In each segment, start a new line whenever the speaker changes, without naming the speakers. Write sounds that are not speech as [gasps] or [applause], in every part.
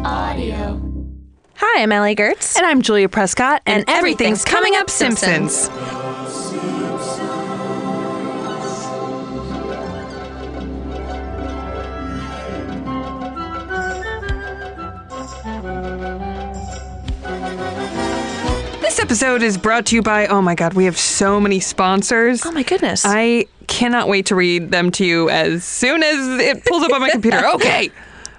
Radio.
Hi, I'm Allie Gertz.
And I'm Julia Prescott, and,
And everything's coming up Simpsons.
This episode is brought to you by, oh my God, we have so many sponsors.
oh my goodness.
I cannot wait to read them to you as soon as it pulls up on my computer. Okay.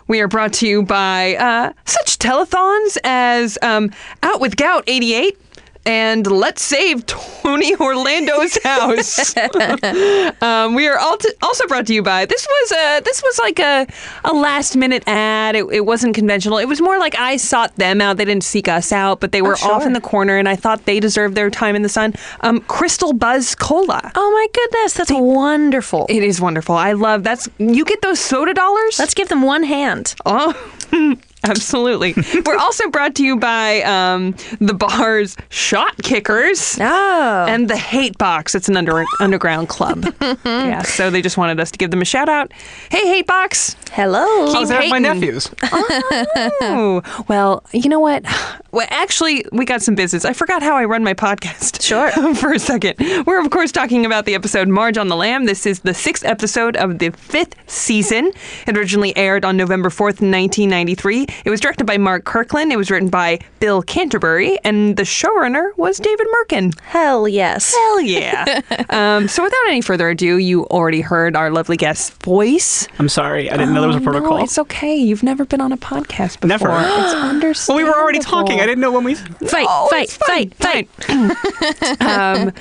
We are brought to you by uh, such telethons as um, Out with Gout 88 and Let's Save Tony Orlando's House. um, we are al- also brought to you by this was a, this was like a, a last minute ad. It, it wasn't conventional. It was more like I sought them out. They didn't seek us out, but they were off
sure.
in the corner, and I thought they deserved their time in the sun. Um, Crystal Buzz Cola.
oh my goodness, that's wonderful.
It is wonderful. I love that's you get those soda dollars.
Let's give them one hand.
oh, [laughs] absolutely. We're also brought to you by um, the bars Shot Kickers.
Oh.
And the Hate Box. It's an under, underground club. yeah. So they just wanted us to give them a shout out. Hey, Hate Box.
Hello.
Oh,
How's that my
[laughs]
nephews?
Ooh. Oh. Well, you know what? [sighs] Well, actually, we got some business. I forgot how I run my podcast. Sure. [laughs] For a second. We're, of course, talking about the episode Marge on the Lamb. This is the sixth episode of the fifth season. It originally aired on November 4th, 1993. It was directed by Mark Kirkland. It was written by Bill Canterbury. And the showrunner was David Merkin.
Hell yes.
Hell yeah. [laughs] um, so, without any further ado, you already heard our lovely guest's voice.
I'm sorry, I didn't know there was a protocol.
Oh, No, it's okay. You've never been on a podcast before.
Never. [gasps]
It's understandable.
well, we were already talking. I didn't know when we.
Fight,
Oh,
fight,
it's fine,
fight, fight.
fine. [laughs] um,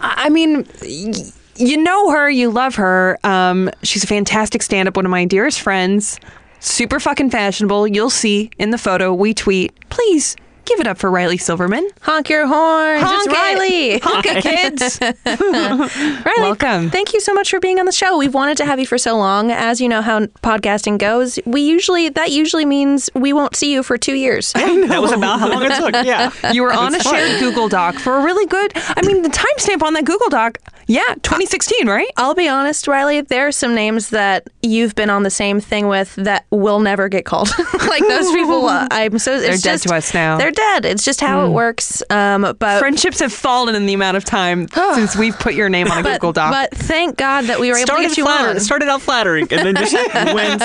I I mean, y- you know her, you love her. Um, she's a fantastic stand up, one of my dearest friends. Super fucking fashionable. You'll see in the photo we tweet. Please give it up for Riley Silverman.
Honk your horns.
Honk
it's Riley.
It. [laughs] Honk it, kids.
[laughs] Riley,
Welcome.
Thank you so much for being on the show. We've wanted to have you for so long. As you know how podcasting goes, we usually that usually means we won't see you for two years.
That was about how long it took. [laughs] Yeah.
You were on a
It's fine.
shared Google Doc for a really good, I mean, the timestamp on that Google Doc, yeah, 2016, right?
I'll be honest, Riley, there are some names that you've been on the same thing with that will never get called. [laughs] like those people,
[laughs]
uh, I'm so they're
dead to us now. Hmm.
They're dead. It's just how it works. Um, but
Friendships have fallen in the amount of time since we've put your name on a Google Doc.
but thank God that we were able to
Started
get you
flatter-
on.
started out flattering, and then just went.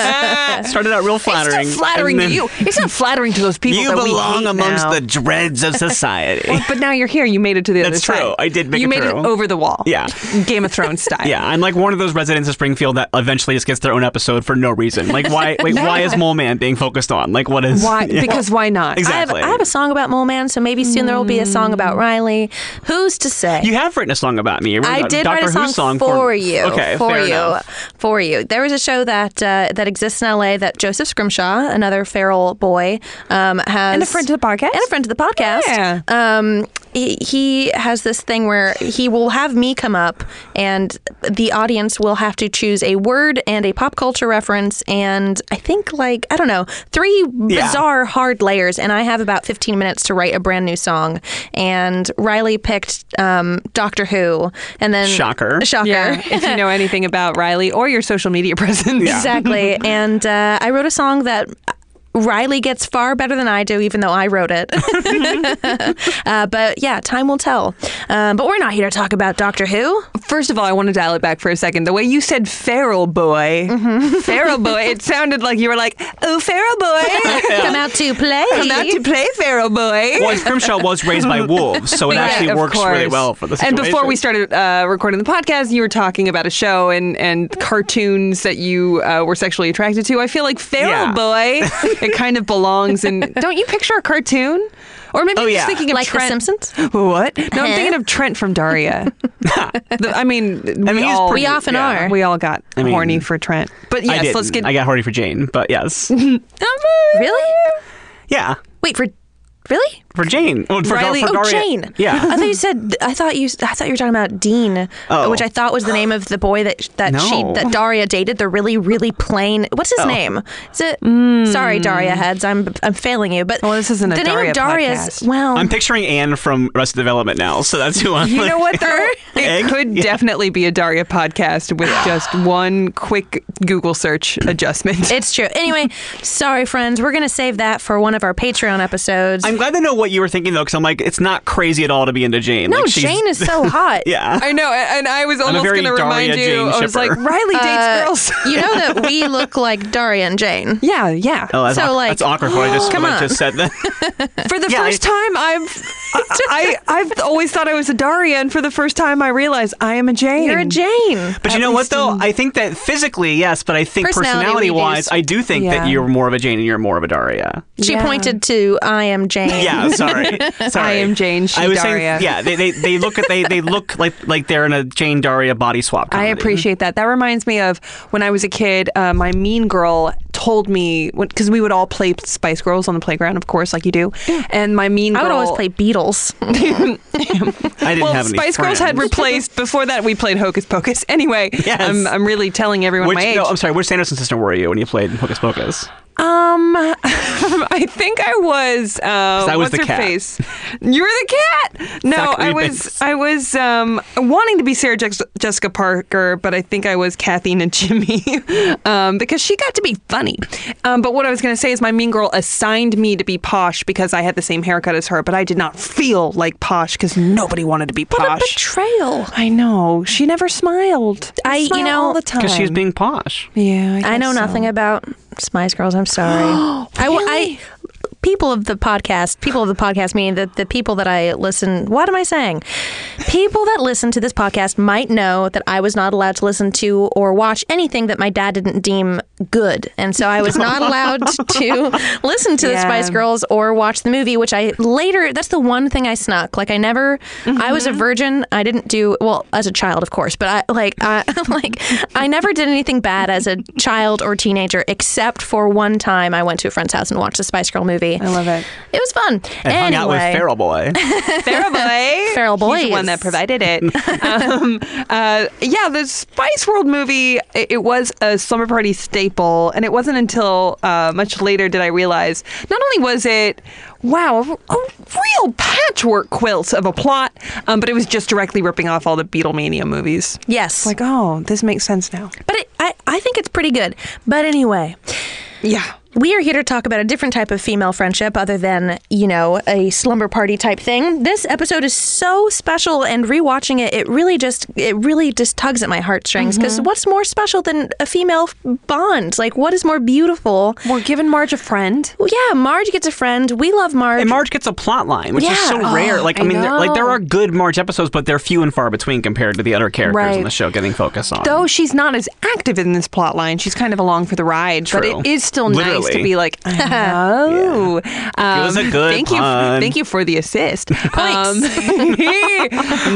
Started out real flattering.
It's not flattering
and
to
then-
you. It's not flattering to those people.
You
that we
belong
hate
amongst
now.
the dregs of society.
[laughs] But now you're here. You made it to the other
That's
side.
true. I did make
You
it
made
through.
it over the wall.
Yeah.
Game
[laughs]
of Thrones
[laughs]
style.
Yeah, I'm like one of those residents of Springfield that eventually just gets their own episode for no reason. Like, why? Like, why is Mole Man being focused on? Like, what is? [laughs]
Why?
Yeah.
Because why not?
Exactly.
I have, I have a song about Mole Man, so maybe soon there will be a song
Hmm.
about Riley. Who's to say?
you have written a song about me. You wrote
I
a
did
uh, Doctor
write a
Who song
song, for, you.
Okay,
for
fair
you,
enough.
for you. There was a show that uh, that exists in LA that Joseph Scrimshaw, another feral boy, um, has
And a friend to the podcast.
and a friend to the podcast.
Yeah.
Um, he, he has this thing where he will have me come up, and the audience will have to choose a word and a pop culture reference, and I think like I don't know three
Yeah.
bizarre hard layers, and I have about fifteen minutes to write a brand new song. And Riley picked um, Doctor Who, and then
Shocker.
shocker. [laughs]
Yeah. if you know anything about Riley or your social media [laughs] presence.
Exactly. and uh, I wrote a song that Riley gets far better than I do, even though I wrote it. [laughs] uh, but yeah, time will tell. Um, but we're not here to talk about Doctor Who.
First of all, I want to dial it back for a second. The way you said feral boy,
Mm-hmm.
feral boy,
[laughs]
it sounded like you were like, oh, feral boy,
Come out to play.
come out to play, feral boy.
Well, Scrimshaw was raised by wolves, so it
Yeah,
actually
of
works really
course.
well for the
And
situation.
before we started uh, recording the podcast, you were talking about a show and, and cartoons that you uh, were sexually attracted to. I feel like Feral
Yeah. [laughs]
Boy, it kind of belongs in. Don't you picture a cartoon? Or maybe I'm
yeah.
just thinking of
Like The
Trent.
Simpsons?
What? No, I'm
Huh?
thinking of Trent
[laughs]
from Daria. The- I mean, we,
he's
all,
pretty-
We often yeah. are.
We all got
mean,
horny for Trent. But
I
yes,
did.
let's get.
I got horny for Jane, but yes,
Really?
yeah.
Wait for really?
for Jane. Oh, for, Dar-
Riley-
for
Oh,
Daria.
Jane.
Yeah.
[laughs]
[laughs]
I thought you said. I thought you. I thought you were talking about Dean,
Oh.
which I thought was the name of the boy that that she
No. Oh.
that Daria dated. The really really plain. What's his name? Is it? Sorry, Daria heads. I'm I'm failing you. But
Hmm. Well, this isn't a
the name
Daria
of Daria's.
podcast.
Well,
I'm picturing Anne from Arrested Development now, so that's who I'm.
You know what though?
[laughs]
It
Egg?
could definitely be a Daria podcast with just one quick Google search
[laughs]
[laughs]
adjustment.
it's true. Anyway, sorry friends. We're gonna save that for one of our Patreon episodes.
I'm glad to know what you were thinking though, because I'm like, it's not crazy at all to be into Jane.
no,
like, she's-
Jane is
[laughs]
so hot.
Yeah.
I know, and I was almost
very
going to remind
Daria
you.
Jane
I was
shipper.
like, Riley dates
Uh,
girls. [laughs]
you know that we look like Daria and Jane.
yeah, yeah.
Oh, that's
So,
awkward.
like,
that's awkward. What I just
come
what I
on.
just said that.
For the
Yeah,
first time, I've [laughs] I, I have always thought I was a Daria, and for the first time, I realized I am a Jane.
You're a Jane.
But you
At
know what
least
though?
in-
I think that physically, yes, but I think
Personality,
personality wise,
we do-
I do think
Yeah.
that you're more of a Jane and you're more of a Daria.
She
Yeah.
pointed to I am Jane.
[laughs]
Yeah, sorry. sorry.
I am Jane, she
I was
Daria.
saying, yeah, they, they they look at they they look like like they're in a Jane Daria body swap.
I
comedy.
appreciate that. That reminds me of when I was a kid. Uh, my mean girl told me because we would all play Spice Girls on the playground, of course, like you do. And my mean girl,
I would always play Beatles.
I didn't
Well,
have any
Spice Girls had
friends.
replaced before that we played Hocus Pocus. [laughs] Anyway,
Yes.
I'm, I'm really telling everyone
Which,
my age.
no, I'm sorry. Which Sanderson sister were you when you played Hocus Pocus?
Um, [laughs] I think I was. Uh,
I was
what's
the
her
cat.
face? You were the cat. No,
Fuck me,
I was.
miss.
I was um, wanting to be Sarah Jex- Jessica Parker, but I think I was Kathleen and Jimmy [laughs] um, because she got to be funny. Um, but what I was going to say is my mean girl assigned me to be posh because I had the same haircut as her, but I did not feel like posh because nobody wanted to be
What a
posh.
betrayal.
I know she never smiled.
I- you
Smile
know-
all the time
Because she was being posh.
Yeah,
I know
guess so.
nothing about Spice Girls. I'm sorry. I, w- I- people of the podcast, people of the podcast, meaning that the people that I listen. What am I saying? People that listen to this podcast might know that I was not allowed to listen to or watch anything that my dad didn't deem good, and so I was not allowed to listen to the
Yeah.
Spice Girls or watch the movie. Which I later. That's the one thing I snuck. Like I never. I was a
Mm-hmm.
virgin. I didn't do well as a child, of course, but I like I [laughs] like I never did anything bad as a child or teenager, except for one time I went to a friend's house and watched a Spice Girl movie.
I love it.
It was fun.
And hung out with Feral Boy.
Feral Boy.
Feral
He's the
Boys.
one that provided it. um, uh, yeah, the Spice World movie, it, it was a slumber party staple. And it wasn't until uh, much later did I realize not only was it, wow, a, a real patchwork quilt of a plot, um, but it was just directly ripping off all the Beatlemania movies.
Yes,
Like, oh, this makes sense now.
but it, I I think it's pretty good. But anyway.
Yeah.
We are here to talk about a different type of female friendship other than, you know, a slumber party type thing. This episode is so special and rewatching it, it really just it really just tugs at my heartstrings because what's more special than a female f- bond? Like what is more beautiful?
We're giving Marge a friend.
Well, yeah, Marge gets a friend. We love Marge.
And Marge gets a plot line, which is
Yeah.
so
Oh,
rare. Like, I,
I
mean, there, like there
know.
are good Marge episodes, but they're few and far between compared to the other characters on
Right.
the show getting focused on.
Though she's not as active in this plot line, she's kind of along for the ride.
True.
But it is still nice to
Literally. [laughs]
be like, oh, um,
was a good
thank you,
pun.
thank you for the
[laughs]
assist. [laughs] Um,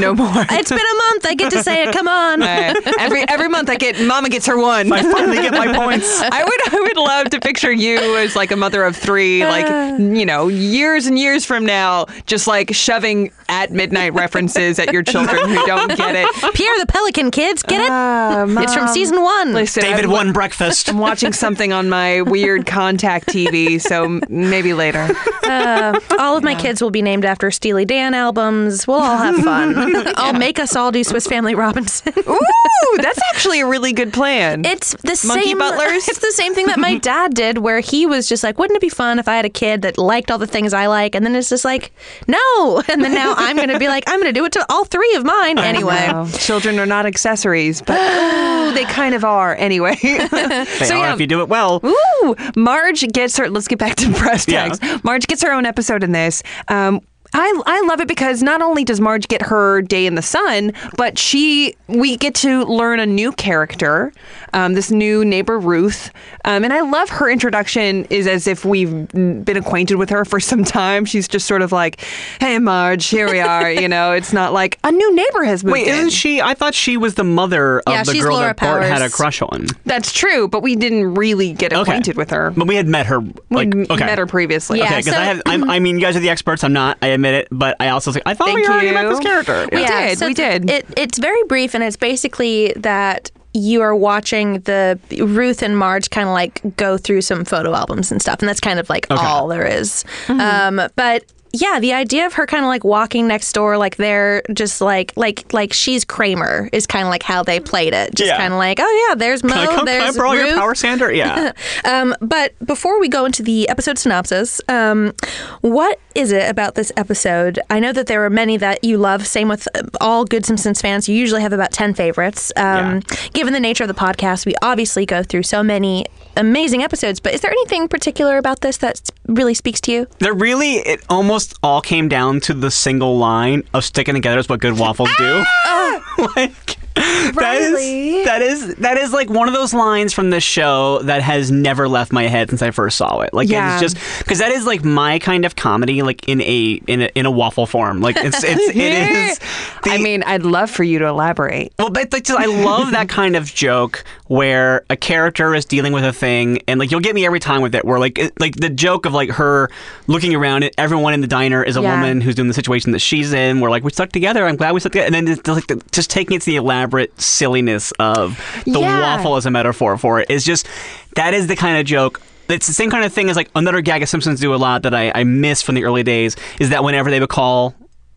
no more.
it's been a month. I get to say it. Come on.
Uh, every every month I get Mama gets her one.
[laughs] I finally get my points.
[laughs] I would I would love to picture you as like a mother of three,
Uh.
like you know, years and years from now, just like shoving at midnight references at your children who don't
[laughs]
get it.
Pierre the Pelican kids, get it? it's from
Mom.
season 1.
Listen,
David
I'm-
won
[laughs]
breakfast.
I'm watching something on my weird contact TV, so m- maybe later.
Uh, all of my kids will be named after Steely Dan albums. We'll all have fun. I'll make us all do Swiss Family Robinson.
Ooh, [laughs] that's actually a really good plan.
It's the
Monkey
same. [laughs]
butlers?
It's the same thing that my dad did, where he was just like, "Wouldn't it be fun if I had a kid that liked all the things I like?" And then it's just like, "No!" [laughs] And then now I'm gonna be like, "I'm gonna do it to all three of mine anyway."
Wow. children are not accessories, [gasps] but ooh, they kind of are [laughs] anyway.
They
so
are
yeah.
if you do it well.
Ooh, Marge gets her. Let's get back to [laughs] press
Yeah.
tags. Marge gets her own episode in this. Um, I, I love it because not only does Marge get her day in the sun, but she we get to learn a new character, um, this new neighbor Ruth, um, and I love her introduction is as if we've been acquainted with her for some time. She's just sort of like, "Hey Marge, here we are." you know, it's not like a new neighbor has moved.
Wait,
in.
isn't she? I thought she was the mother of
Yeah,
the
she's
girl
Laura
that Bart had a
Powers.
crush on.
That's true, but we didn't really get
Okay.
acquainted with her.
But we had met her.
We
Like,
m-
okay.
met her previously.
Yeah.
Okay, because
so-
I have. I'm, I mean, you guys are the experts. I'm not. I admit it. But I also think I thought we
Thank
already met
you.
this character.
We did, we
th-
did.
It, it's very brief, and it's basically that you are watching the Ruth and Marge kind of like go through some photo albums and stuff, and that's kind of like all there is.
Mm-hmm.
Um, but yeah, the idea of her kind of like walking next door, like they're just like like like she's Kramer is kind of like how they played it. Just
Yeah.
kind of like oh yeah, there's Mo,
Can I, come, can I
there's
borrow your
Ruth.
power sander?
[laughs]
Yeah.
Um, but before we go into the episode synopsis, um, what is it about this episode? I know that there are many that you love. Same with uh, all good Simpsons fans. You usually have about 10 favorites. Um, Given the nature of the podcast, we obviously go through so many amazing episodes, but is there anything particular about this that s- really speaks to you?
There really, it almost all came down to the single line of sticking together is what good waffles do. [laughs] like that
Riley.
is that is that is like one of those lines from this show that has never left my head since I first saw it. Like
Yeah.
it's just because that is like my kind of comedy, like in a in a in a waffle form. Like it's it's it
[laughs]
is. the-
I mean, I'd love for you to elaborate.
well, but like, just- I love that kind of joke where a character is dealing with a thing, and like you'll get me every time with it. Where like it- like the joke of like her looking around and everyone in the diner is a
Yeah.
woman who's doing the situation that she's in. We're like we stuck together. I'm glad we stuck together. And then it's like the, just taking it to the elaborate silliness of the
Yeah.
waffle as a metaphor for it is just that is the kind of joke. It's the same kind of thing as like another gag of Simpsons do a lot that I, I miss from the early days is that whenever they would call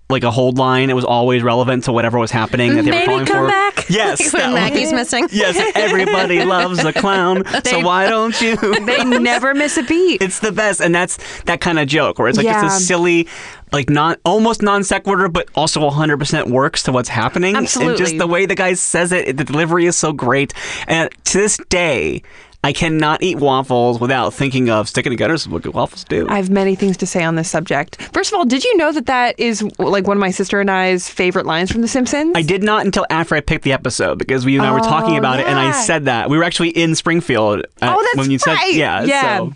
like a hold line, it was always relevant to whatever was happening that they were
Maybe
calling
come
for.
[laughs]
back.
[laughs] Yes,
Like [laughs] when
that one.
Maggie's missing.
Yes, everybody loves a clown, so why don't you?
[laughs]
[laughs]
They never miss a beat.
It's the best, and that's that kind of joke where it's like
Yeah.
just a silly, like non almost non sequitur, but also 100 percent works to what's happening. and just
Absolutely.
the way the guy says it, the delivery is so great. And to this day, I cannot eat waffles without thinking of sticking together. This is what good waffles do.
I have many things to say on this subject. First of all, did you know that that is like one of my sister and I's favorite lines from The Simpsons?
I did not until after I picked the episode because we and I were talking
Oh,
about it, and I
yeah.
said that we were actually in Springfield. uh,
Oh, that's
when you said,
right.
Yeah,
yeah.
so-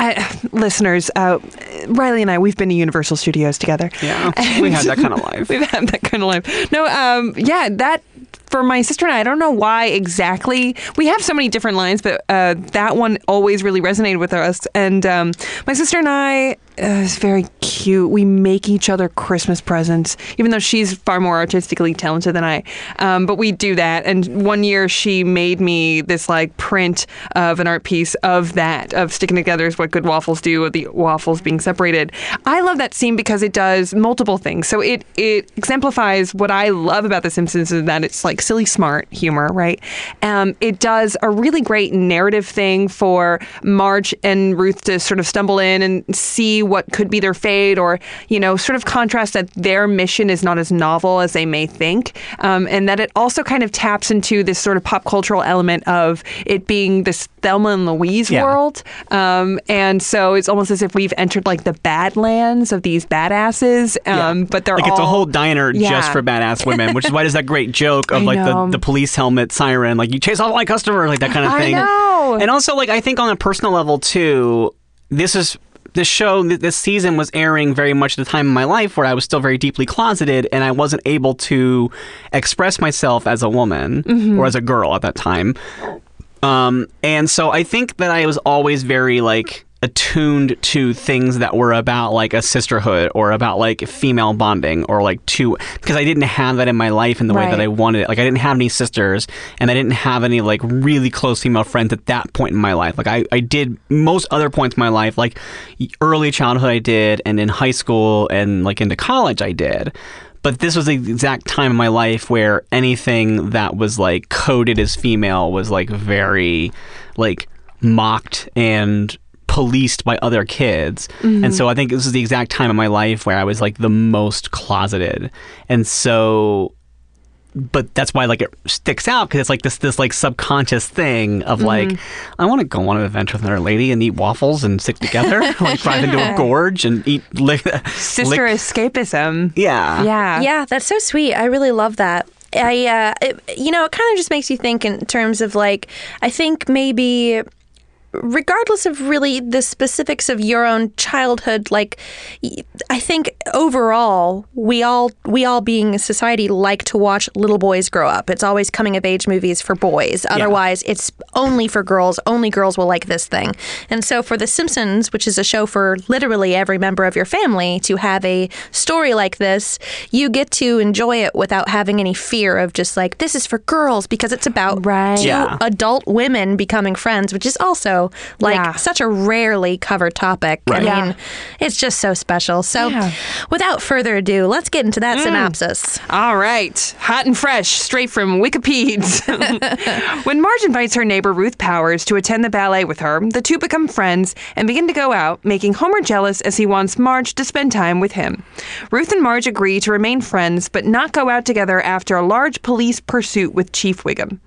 I, listeners, uh, Riley and I, we've been to Universal Studios together. [laughs]
Yeah, we had that kind of life.
We've had that kind of life. No, um, yeah, that for my sister and I. I don't know why exactly. We have so many different lines, but uh, that one always really resonated with us. And um, my sister and I uh, is very cute. We make each other Christmas presents, even though she's far more artistically talented than I. Um, but we do that. And one year she made me this like print of an art piece of that of sticking together is what good waffles do of the waffles being separated. I love that scene because it does multiple things. So it it exemplifies what I love about The Simpsons is that it's like silly smart humor, right? Um, it does a really great narrative thing for Marge and Ruth to sort of stumble in and see what could be their fate, or you know, sort of contrast that their mission is not as novel as they may think, um, and that it also kind of taps into this sort of pop cultural element of it being this Thelma and Louise
Yeah.
world world. Um, and so it's almost as if we've entered like the badlands of these badasses. Um, But they're
like
all
it's a whole diner just
Yeah.
for badass women, which is why there's that
[laughs]
great joke of
I
like the,
know.
the police helmet siren, like you chase all my customers, like that kind of
I
thing.
know.
And also, like I think on a personal level too, this is this show th- this season was airing very much at a time in my life where I was still very deeply closeted and I wasn't able to express myself as a woman
Mm-hmm.
or as a girl at that time. Um, and so I think that I was always very like attuned to things that were about like a sisterhood or about like female bonding or like two because I didn't have that in my life in the way that
Right.
I wanted it. Like I didn't have any sisters and I didn't have any like really close female friends at that point in my life. Like I, I did most other points in my life, like early childhood I did and in high school and like into college I did. But this was the exact time in my life where anything that was like coded as female was like very like mocked and policed by other kids. And so I think this is the exact time in my life where I was like the most closeted. And so but that's why like it sticks out because it's like this this like subconscious thing
Mm-hmm.
of like I want to go on an adventure with another lady and eat waffles and stick
[laughs]
together, like drive into a gorge and eat [laughs] lick,
Sister
lick-
escapism.
yeah,
Yeah.
Yeah, that's so sweet. I really love that. I, uh, it, you know, it kind of just makes you think in terms of like, I think maybe regardless of really the specifics of your own childhood like y- i think overall we all we all being a society like to watch little boys grow up it's always coming of age movies for boys otherwise it's only for girls only girls will like this thing and so for the simpsons which is a show for literally every member of your family to have a story like this you get to enjoy it without having any fear of just like this is for girls because it's about
Right.
two
Yeah.
adult women becoming friends, which is also like
Yeah.
such a rarely covered topic. I
Right.
mean,
Yeah.
it's just so special. So,
Yeah. Mm.
without further ado, let's get into that synopsis.
All right, hot and fresh, straight from Wikipedia. [laughs] when Marge invites her neighbor Ruth Powers to attend the ballet with her, the two become friends and begin to go out, making Homer jealous as he wants Marge to spend time with him. Ruth and Marge agree to remain friends but not go out together after a large police pursuit with Chief Wiggum.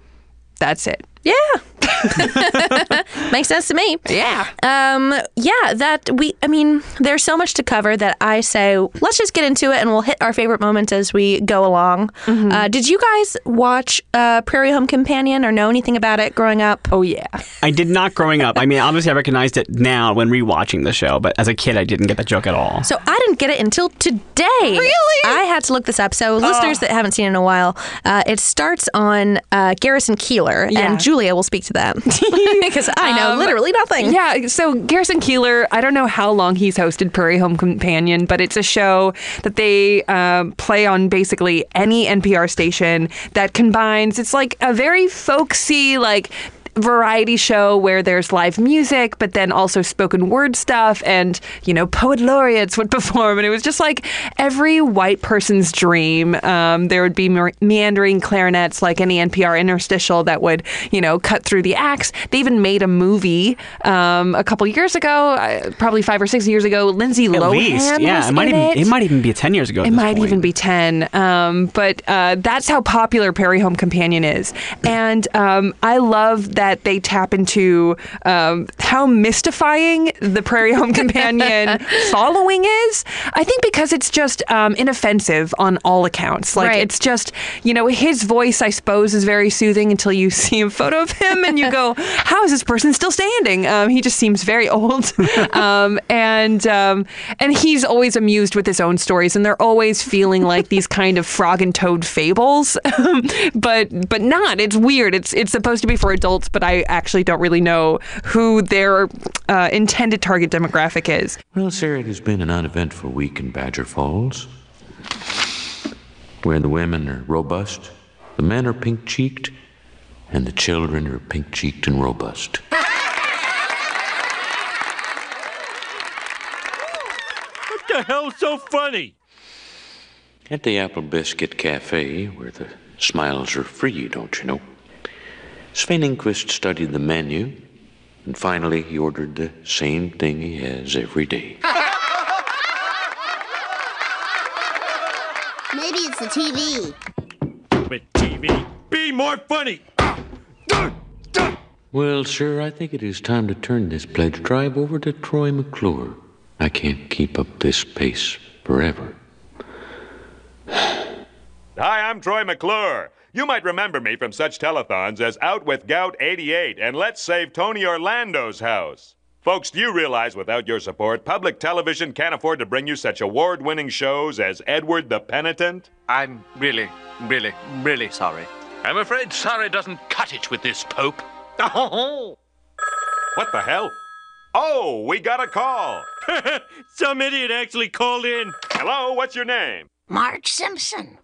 That's it.
Yeah. [laughs] Makes sense to me.
Yeah.
Um, yeah, that we, I mean, there's so much to cover that I say, let's just get into it and we'll hit our favorite moments as we go along.
Mm-hmm.
Uh, did you guys watch uh, Prairie Home Companion or know anything about it growing up?
Oh yeah.
I did not growing up. I mean, obviously, I recognized it now when rewatching the show, but as a kid, I didn't get that joke at all.
So I didn't get it until today. Really? I had to look this up.
Oh.
So listeners that haven't seen it in a while, uh, it starts on uh, Garrison Keeler,
Yeah.
and Julia will speak to them [laughs] because I know
Um,
literally nothing.
[laughs] Yeah, so Garrison Keeler, I don't know how long he's hosted Prairie Home Companion, but it's a show that they um, play on basically any NPR station that combines, it's like a very folksy, like, variety show where there's live music but then also spoken word stuff and you know poet laureates would [laughs] perform and it was just like every white person's dream um, there would be mer- meandering clarinets like any npr interstitial that would you know cut through the acts they even made a movie um, a couple years ago uh, probably five or six years ago lindsay
at
lohan
least, yeah,
was
it might
in
even
it.
it might even be ten years ago. at
It
this
might
point.
even be 10. Um, but uh, that's how popular Prairie Home Companion is. And um, I love that they tap into um, how mystifying the Prairie
[laughs]
Home Companion following is. I think because it's just um, inoffensive on all accounts. Like,
Right.
it's just, you know, his voice, I suppose, is very soothing until you [laughs] see a photo of him and you go, how is this person still standing? Um, he just seems very old. um, and um, and he's always amused with his own stories, and they're always feeling like these kind of frog and toad fables, [laughs] but but not. It's weird. It's it's supposed to be for adults, but I actually don't really know who their uh, intended target demographic is.
Well, sir, it has been an uneventful week in Badger Falls, where the women are robust, the men are pink cheeked, and the children are pink cheeked and robust.
What the hell's so funny?
At the Apple Biscuit Cafe, where the smiles are free, don't you know, Sven Inquist studied the menu, and finally he ordered the same thing he has every day.
Maybe it's the TV.
With TV, be more funny.
Well, sir, I think it is time to turn this pledge drive over to Troy McClure. I can't keep up this pace forever.
Hi, I'm Troy McClure. You might remember me from such telethons as Out with Gout 88 and Let's Save Tony Orlando's House. Folks, do you realize without your support, public television can't afford to bring you such award winning shows as Edward the Penitent?
I'm really, really, really sorry.
I'm afraid sorry doesn't cut it with this Pope. Oh,
What the hell? Oh, we got a call.
[laughs] Some idiot actually called in.
Hello, what's your name?
Marge Simpson.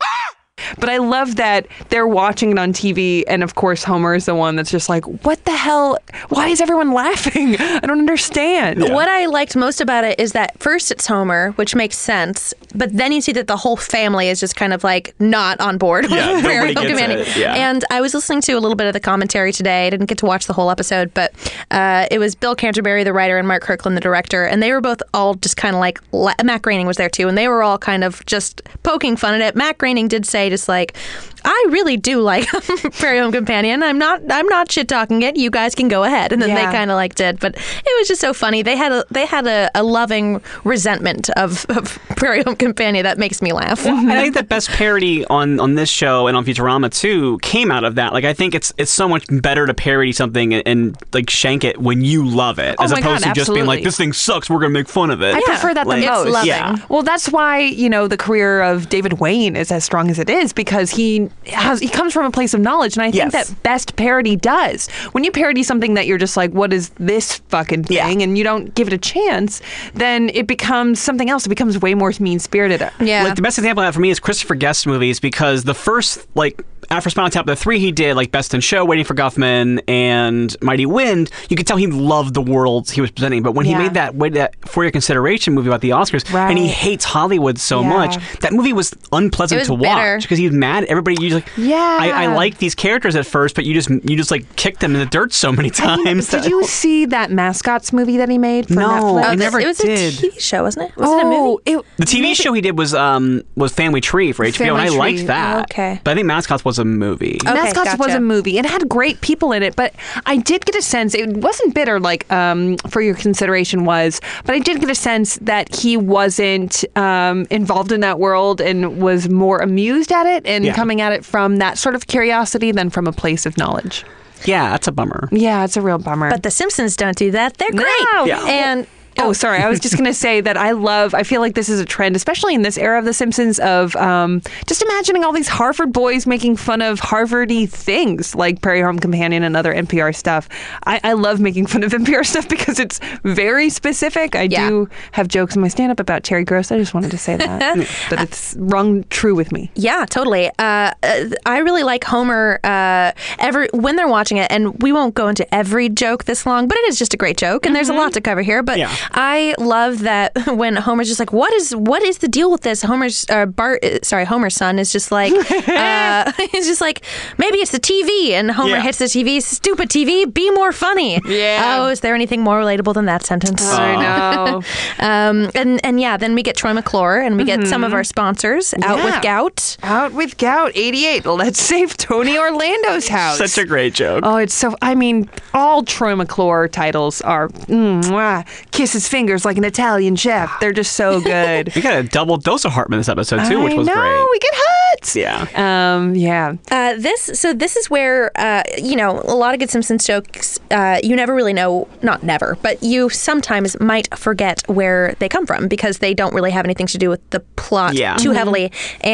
But I love that they're watching it on TV, and of course Homer is the one that's just like, "What the hell? Why is everyone [laughs] laughing? I don't understand."
What I liked most about it is that first it's Homer, which makes sense, but then you see that the whole family is just kind of like not on board. [laughs] with
Yeah, nobody
Prairie Home
gets
Companion.
it, yeah.
And I was listening to a little bit of the commentary today. I didn't get to watch the whole episode, but uh, it was Bill Canterbury, the writer, and Mark Kirkland, the director, and they were both all just kind of like la- Matt Groening was there too, and they were all kind of just poking fun at it. Matt Groening did say just like, I really do like [laughs] Prairie Home Companion. I'm not I'm not shit talking it. You guys can go ahead. And then
Yeah.
they kind of like did, but it was just so funny. They had a they had a, a loving resentment of, of [laughs] Prairie Home Companion that makes me laugh.
And I think
[laughs]
the best parody on, on this show and on Futurama too came out of that. Like I think it's it's so much better to parody something and, and like shank it when you love it,
Oh
as
my God,
opposed to just being like
absolutely.
this thing sucks. We're gonna make fun of it.
I prefer that the
Like,
most.
It's loving.
Yeah.
Well, that's why you know the career of David Wayne is as strong as it is because he has he comes from a place of knowledge, and I think
Yes.
that best parody does. When you parody something that you're just like, "What is this fucking
Yeah.
thing?" and you don't give it a chance, then it becomes something else. It becomes way more mean spirited.
Yeah.
Like the best example of that for me is Christopher Guest movies because the first like after Spinal Tap the three he did like Best in Show, Waiting for Guffman, and Mighty Wind, you could tell he loved the worlds he was presenting. But when
Yeah.
he made that wait that for your consideration movie about the Oscars, and he
Right.
hates Hollywood so
Yeah.
much, that movie was unpleasant
It was
to
bitter.
watch because he was mad. at Everybody, you like,
Yeah.
I, I like these characters at first, but you just you just like kicked them in the dirt so many times.
Did you see that mascots movie that he made for
No,
Netflix?
I
this-
never
Oh, it was
did.
a TV show, wasn't it? Was it a movie?
oh, it,
[laughs] the TV show he did was um was Family Tree for HBO,
Family
and I
Tree.
liked that.
Okay.
but I think Mascots was a movie.
Okay,
Mascots was
gotcha.
a movie. It had great people in it, but I did get a sense it wasn't bitter like um, for your consideration was, but I did get a sense that he wasn't um, involved in that world and was more amused at it and
Yeah.
coming at it from that sort of curiosity than from a place of knowledge.
Yeah, that's a bummer.
Yeah, it's a real bummer.
But The Simpsons don't do that. They're great.
No.
Yeah.
And
Oh, sorry. I was just going to say that I love, I feel like this is a trend, especially in this era of The Simpsons, of um, just imagining all these Harvard boys making fun of Harvardy things like Prairie Home Companion and other NPR stuff. I, I love making fun of NPR [laughs] stuff because it's very specific. I
Yeah.
do have jokes in my stand up about Terry Gross. I just wanted to say [laughs] that. but it's rung true with me.
Yeah, totally. Uh, Uh, I really like Homer. Uh, every when they're watching it, and we won't go into every joke this long, but it is just a great joke, and there's a lot to cover here. But
Yeah.
I love that [laughs] when Homer's just like, "What is what is the deal with this?" Homer's uh, Bart, uh, sorry, Homer's son is just like, uh, [laughs] he's just like, maybe it's the TV, and Homer
Yeah.
hits the TV, stupid TV, be more funny.
Yeah. Uh.
Oh, is there anything more relatable than that sentence?
I know.
Um, and and yeah, then we get Troy McClure, and we get some of our sponsors out
Yeah.
with gout.
[laughs] Out with Gout 88. Let's save Tony Orlando's house.
Such a great joke.
Oh, it's so. I mean, all Troy McClure titles are mm, mwah, kiss his fingers like an Italian chef. They're just
[laughs]
so good.
We got a double dose of Hartman this episode too, which
I
was
know,
great.
[laughs] we get huts.
Yeah.
Um. Yeah.
Uh, this so this is where uh, you know a lot of good Simpsons jokes. Uh, you never really know, not never, but you sometimes might forget where they come from because they don't really have anything to do with the plot
Yeah.
too
Mm-hmm.
heavily.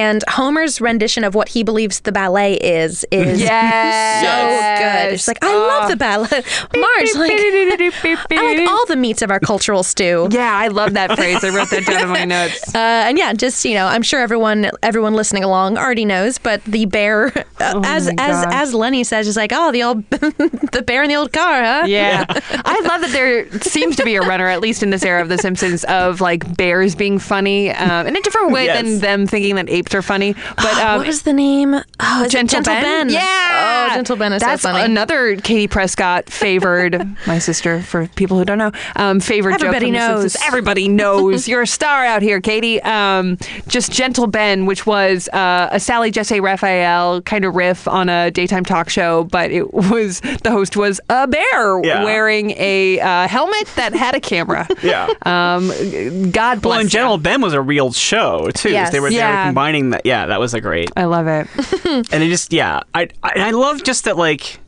And Homer's rendition of what he believes the ballet is is
[laughs] Yes.
so good. It's like I
Uh.
love the ballet, Marge. Like,
[laughs]
I like all the meats of our cultural stew.
Yeah, I love that phrase. I wrote that down in my notes. [laughs]
Uh, and yeah, just you know, I'm sure everyone everyone listening along already knows, but the bear, [laughs] uh, as
Oh my
as
gosh.
as Lenny says, is like, oh, the old [laughs] the bear in the old car, huh?
Yeah. I love that there seems to be a runner, at least in this era of The Simpsons, of like bears being funny um, in a different way
[laughs]
than
Yes.
them thinking that apes are funny. [gasps] But um,
what was the name? Oh, is it
Gentle, ben. Yeah.
Oh, Gentle Ben is
That's
so funny.
another Katie Prescott favored, [laughs] my sister, for people who don't know, um, favored
Everybody
joke. from The
knows.
Simpsons. Everybody knows. You're a star out here, Katie. Um, just Gentle Ben, which was uh, a Sally Jesse Raphael kind of riff on a daytime talk show, but it was the host was a bear
Yeah.
wearing a uh, helmet that had
[laughs]
a camera.
Yeah.
Um, God bless
well, in
them.
general, Ben was a real show too.
Yes.
They were they
Yeah. Uh.
were combining that. Yeah, that was a great.
I love it.
And it just yeah, I I, and I love just that like.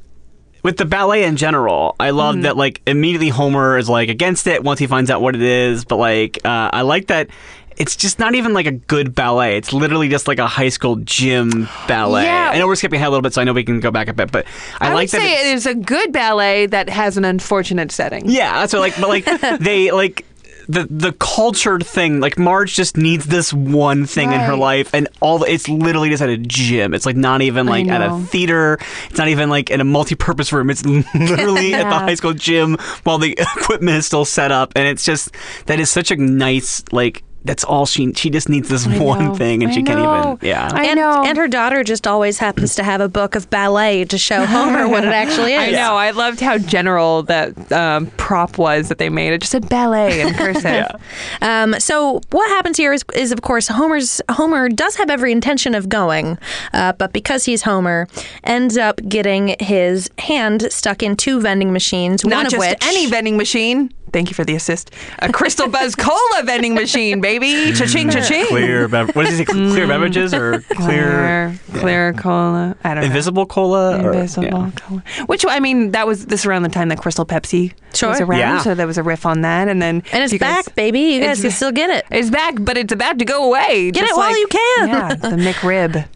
With the ballet in general, I love
Mm-hmm.
that like immediately Homer is like against it once he finds out what it is. But like, uh, I like that it's just not even like a good ballet. It's literally just like a high school gym ballet.
Yeah.
I know we're skipping ahead a little bit, so I know we can go back a bit. But I,
I,
like that.
would
it's-
say it is a good ballet that has an unfortunate setting.
Yeah, that's what like but
[laughs]
like they like the the cultured thing, like Marge just needs this one thing in her
Right.
life and all the, it's literally just at a gym. It's like not even like at a
know.
theater. It's not even like in a multi-purpose room. It's [laughs] literally at the
Yeah.
high [laughs] school gym while the equipment is still set up and it's just that is such a nice like that's all she she just needs this one thing and she can't even yeah.
I
and,
know.
and her daughter just always happens to have a book of ballet to
[laughs]
show Homer what it actually is.
I know. I loved how general that um, prop was that they made. It just said ballet
[laughs]
in cursive.
Um, so what happens here is, is of course Homer's Homer does have every intention of going, uh, but because he's Homer, ends up getting his hand stuck in two vending machines.
Not
one of
just
which
any vending machine. Thank you for the assist. A
[laughs]
Crystal Buzz Cola vending machine, baby. Cha-ching,
Mm-hmm.
cha-ching.
clear bev- what does he say? Clear beverages or clear
Mm. Clear, clear cola. I don't
invisible cola?
know.
or-
Invisible
yeah.
cola. Which I mean, that was this around the time that Crystal Pepsi
Sure.
was around,
Yeah.
so there was a riff on that, and then
and it's
you guys-
back, baby. You guys
It's-
can still get it.
It's back, but it's about to go away.
Get
just
it while
like-
you can.
Yeah, the
[laughs]
McRib.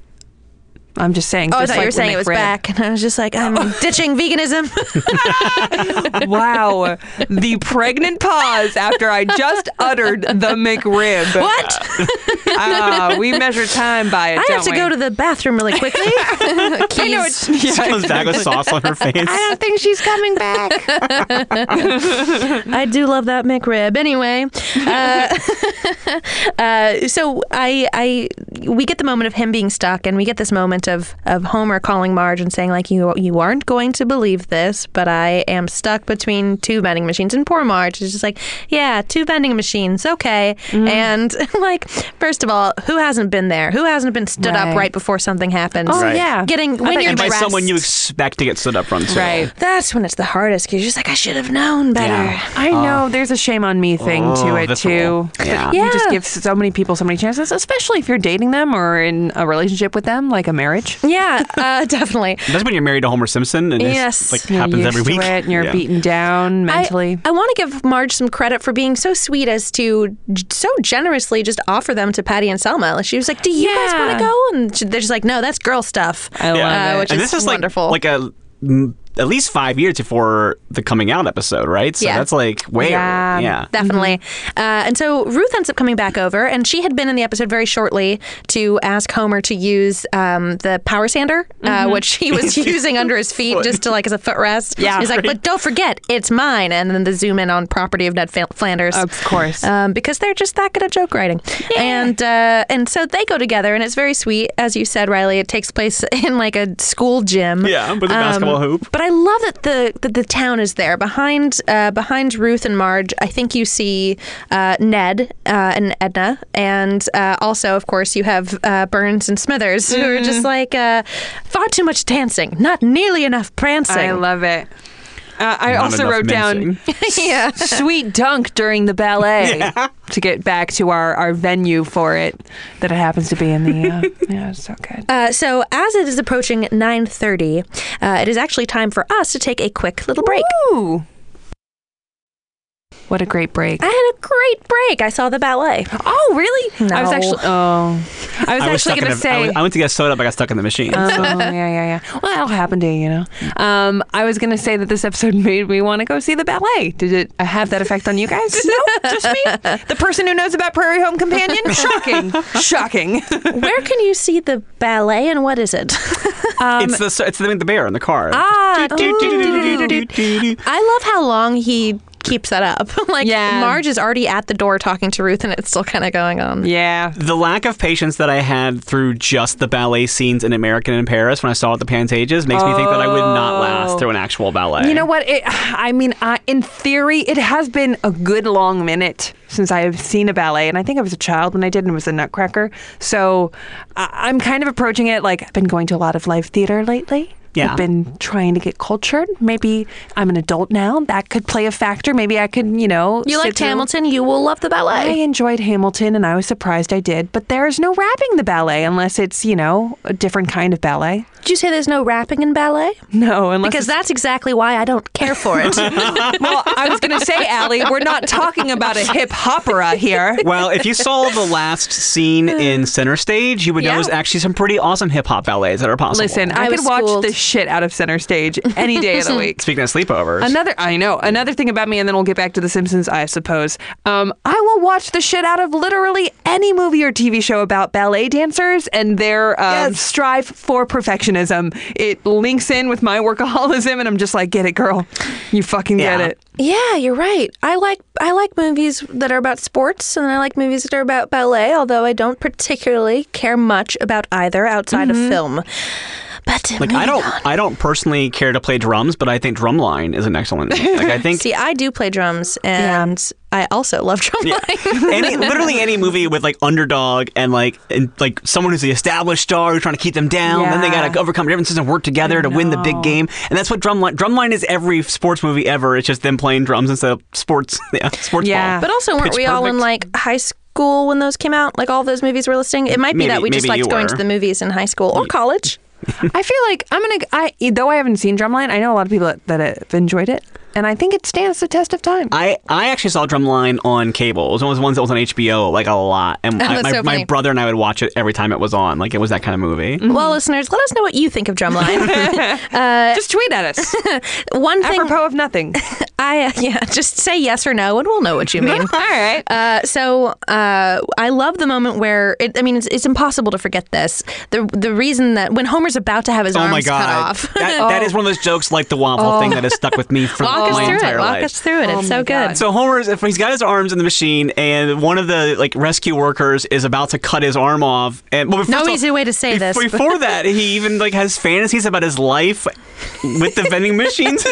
I'm just saying.
Oh, I
just
thought
like
you were
the
saying it was
McRib.
back, and I was just like,
[laughs]
I'm ditching veganism.
Wow, the pregnant pause after I just uttered the McRib.
what?
Ah, we measure time by it.
I
don't
have to
we?
go to the bathroom really
[laughs]
quickly.
I [laughs] know
Keys.
it's- yeah.
She comes back with sauce on her face.
I don't think she's coming back.
I do love that McRib. Anyway, uh, [laughs] uh, so I, I, we get the moment of him being stuck, and we get this moment of of Homer calling Marge and saying like, "You, you aren't going to believe this, but I am stuck between two vending machines." And poor Marge is just like, "Yeah, two vending machines, okay."
Mm-hmm.
And [laughs] like, first of all, who hasn't been there? Who hasn't been stood
Right.
up right before something happens?
Oh, Right. yeah.
getting when
bet
you're
and by
dressed.
someone you expect to get stood up from too.
Right.
that's when it's the hardest because you're just like, I should have known better.
Yeah.
I know there's a shame on me thing to
Oh,
it
that's
too.
awful. Yeah.
You just
Yeah.
give so many people so many chances, especially if you're dating them or in a relationship with them, like a marriage.
Yeah, uh, [laughs] definitely.
That's when you're married to Homer Simpson and
Yes.
it's like
You're
happens
used
every
to
week.
it and you're
Yeah.
beaten down
I-
mentally.
I, want to give Marge some credit for being so sweet as to j- so generously just offer them to Patty and Selma. Like, She was like, "Do you guys
Yeah.
want to go?" And she- they're just like, "No, that's girl stuff."
I love
uh,
it.
Which
and
is,
this is like-
wonderful.
like a mm, at least five years before the coming out episode, right? So
Yeah.
that's like way
Yeah.
early. yeah.
Definitely. Uh, and so Ruth ends up coming back over, and she had been in the episode very shortly to ask Homer to use um, the power sander, uh,
Mm-hmm.
which he
[laughs]
was using under his feet just to like as a footrest.
Yeah.
He's like, but don't forget, it's mine. And then the zoom in on property of Ned Fla- Flanders.
Of course.
Um, because they're just that good at joke writing, and uh, and so they go together, and it's very sweet, as you said, Riley. It takes place [laughs] in like a school gym. Um,
Yeah, with a basketball hoop.
But I love that the that the town is there behind uh, behind Ruth and Marge. I think you see uh, Ned uh, and Edna, and uh, also of course you have uh, Burns and Smithers, who are
Mm-hmm.
just like uh, far too much dancing, not nearly enough prancing.
I love it. Uh, I
Not
also
enough
wrote [laughs] down
mincing.
yeah.
sweet dunk during
[laughs]
the ballet to get back to our, our venue for it that it happens to be in the. [laughs] Uh, yeah, it's so good.
Uh, so as it is approaching 9.30 uh, it is actually time for us to take a quick little break
Ooh. What a great break.
i had a great break i saw the [laughs] ballet
Ah, Oh, really? I was
No.
actually. Oh. I was,
I was
actually
stuck in
going
a,
to say.
I, went- I went to get soda, but I got stuck in the machine.
Oh, yeah, yeah, yeah. Well, that'll happen to you, you know. Um, I was gonna say that this episode [laughs] made me want to go see the ballet. Did it have that effect on you guys? [laughs] no, just me, the person who knows about Prairie Home Companion. [laughs] Shocking, shocking.
where can you see the ballet and what is it
Um,
it's the so- it's the, the bear in the car.
ah
oh.
Do-do-do-do-do-do-do-do-do.
[laughs] i love how long he keeps that up [laughs] like
Yeah.
marge is already at the door talking to ruth and it's still kind of going on
Yeah,
The lack of patience that I had through just the ballet scenes in American in Paris when I saw it at the Pantages makes me think that I would not last through an actual ballet.
Oh. You know what? It, I mean, I, in theory, it has been a good long minute since I have seen a ballet, and I think I was a child when I did, and it was a Nutcracker. So I, I'm kind of approaching it like I've been going to a lot of live theater lately.
Yeah.
I've been trying to get cultured. Maybe I'm an adult now. That could play a factor. Maybe I could, you know.
you
sit
liked
through-
hamilton you will love the
I
ballet
enjoyed Hamilton and I was surprised I did, but there's no rapping the ballet unless it's, you know, a different kind of ballet.
did you say there's no rapping in ballet
No, unless
because
it's-
that's exactly why i don't care for it
[laughs] well, I was going to say, Allie, we're not talking about a hip opera
[laughs]
here.
Well, if you saw
[laughs]
the last scene in Center Stage, you would know
Yeah.
there's actually some pretty awesome hip hop ballets that are possible.
Listen,
I
I, could
was
watch
schooled. Mm-hmm.
the shit out of center stage any day
[laughs]
of the week.
Speaking of sleepovers,
Another, I know, another thing about me, and then we'll get back to The Simpsons, I suppose. Um, I will watch the shit out of literally any movie or TV show about ballet dancers and their um, strive for perfectionism. It links in with my workaholism, and I'm just like, get it, girl. You fucking
Yeah.
get it.
Yeah, you're right. I like I like movies that are about sports and I like movies that are about ballet, although I don't particularly care much about either outside of film. But uh,
like I don't, I don't personally care to play drums, but I think drumline is an
[laughs]
excellent. one. Like I think
see I do play drums and I also love [laughs] drumline.
any literally any movie with like underdog and like and like someone who's the established star who's trying to keep them down then they
Yeah.
gotta overcome differences and work together to win the big game and that's what drumline drumline is every sports movie ever it's just them playing drums instead of sports [laughs] yeah sports
Yeah.
ball
But also, weren't
Pitch
we all in
Perfect.
like high school when those came out? Like all those movies we're listing. It might be
Maybe-
that we just
maybe
liked
you
going
were.
to the movies in high school or college.
I feel like I'm gonna. I though I haven't seen Drumline, I know a lot of people that, that have enjoyed it, and I think it stands the test of time.
I, I actually saw Drumline on cable. It was one of those ones that was on HBO like a lot, and
[laughs]
I-
that's
my,
so funny. Mm-hmm.
my brother and I would watch it every time it was on. Like it was that kind of movie.
Well, listeners, let us know what you think of Drumline.
[laughs]
just tweet at [laughs] us,
[laughs] One thing
apropos of nothing.
I uh, [laughs] yeah, just say yes or no, and we'll know what
[laughs]
you mean.
[laughs] All right.
Uh, so uh, I love the moment where it, I mean it's, it's impossible to forget this. The the reason that when Homer's about to have his
Oh
arms
my god,
cut off, Oh.
that, that is one of those jokes like the waffle thing that has stuck with me for
[laughs] walk us
my
through
entire
it.
life.
Walk us through it.
Oh
it's
my
so
God.
good.
So Homer's if he's got his arms in the machine, and one of the like rescue workers is about to cut his arm off. And well,
No
first
easy way to say
bef-
this, but-
Before that, he even like has fantasies about his life with the vending machines
[laughs]
in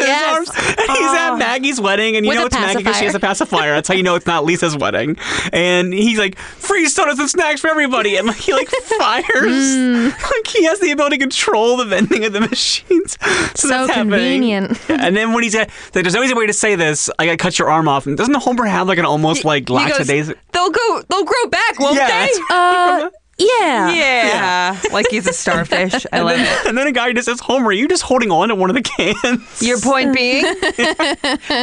his
Yes. Oh.
arms. And he's at Maggie's wedding, and you
With
know
a
it's Maggie because she has a pacifier. That's how you know it's not Lisa's wedding. And he's like free sodas and snacks for everybody, and like he
[laughs]
like fires.
Hmm.
Like he has the ability to control the vending of the machines. [laughs] So,
So
that's happening.
convenient.
Yeah, [laughs] and then when he's at, like, there's no easy way to say this. I got to cut your arm off. And doesn't Homer have like an almost like
He goes,
lackadaisical?
They'll go. They'll grow back, won't
Yeah,
they?
that's-
uh, yeah.
[laughs] Yeah. like he's a [laughs] starfish. I love
[laughs]
it.
And then a guy just says, Homer, are you just holding on to one of the cans? [laughs]
Your point being,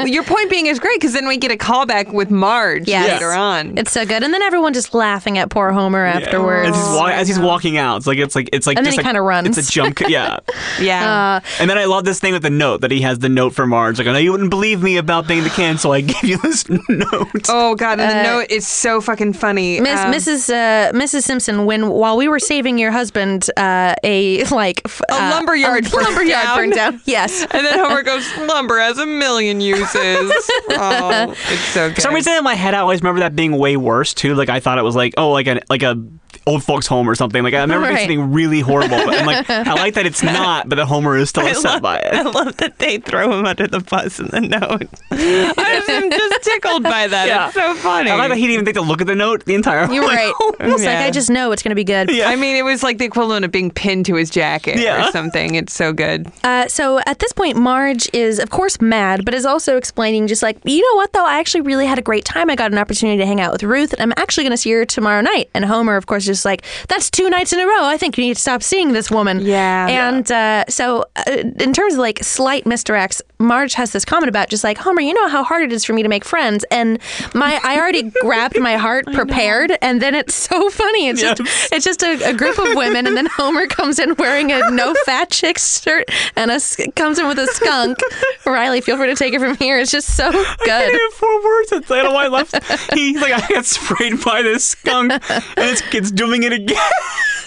your point being is great because then we get a callback with Marge
Yes.
later on.
It's so good, and then everyone just laughing at poor Homer afterwards.
As he's, wa- as he's walking out, it's like it's like it's like
And then
just
he
like-
kinda runs.
It's a jump, cut-
[laughs]
yeah.
yeah,
and then I love this thing with the note that he has the note for Marge. Like, I know you wouldn't believe me about being the can, so I gave you this [laughs] note.
Oh god, and the note is so fucking funny.
Miss,
Um,
Mrs. Uh, Mrs. Simpson, when while we were saving your husband, uh, a [laughs] like f-
A
uh,
lumberyard
a
burned [laughs]
lumberyard
down.
burned down. Yes,
and then Homer goes, "Lumber has a million [laughs] uses." oh, it's so good.
For some reason in my head, I always remember that being way worse too. Like I thought it was like oh, like an like a old folks home or something. Like I remember it being
Right.
something really horrible. But I'm like, I like that it's not, but that Homer is still upset by it.
love that they throw him under the bus in the [laughs] note. I'm just tickled by that. It's so funny.
I like that he didn't even think to look at the note the entire. [laughs] Oh,
you're
[laughs]
like,
right. It's like I just know it's going to be good.
Yeah.
I mean, it was like the equivalent of being pinned to his jacket
Yeah.
or something. It's so good.
Uh, so at this point, Marge is of course mad, but is also explaining just like you know what though, I actually really had a great time. I got an opportunity to hang out with Ruth, and I'm actually going to see her tomorrow night. And Homer, of course, is just like that's two nights in a row. I think you need to stop seeing this woman.
Yeah.
And uh, so uh, in terms of like slight misdirects, Marge has this comment about just like Homer, you know how hard it is for me to make friends, and my I already grabbed my heart prepared, and then it's so funny. It's just it's just a, a group of women, and then Homer comes in wearing a no fat chick shirt, and a s- comes in with a skunk. Riley, feel free to take it from here. It's just so
I
good.
didn't have four words. That's- I don't know why I left. He's like, I got sprayed by this skunk, and it's, it's doing it again.
[laughs]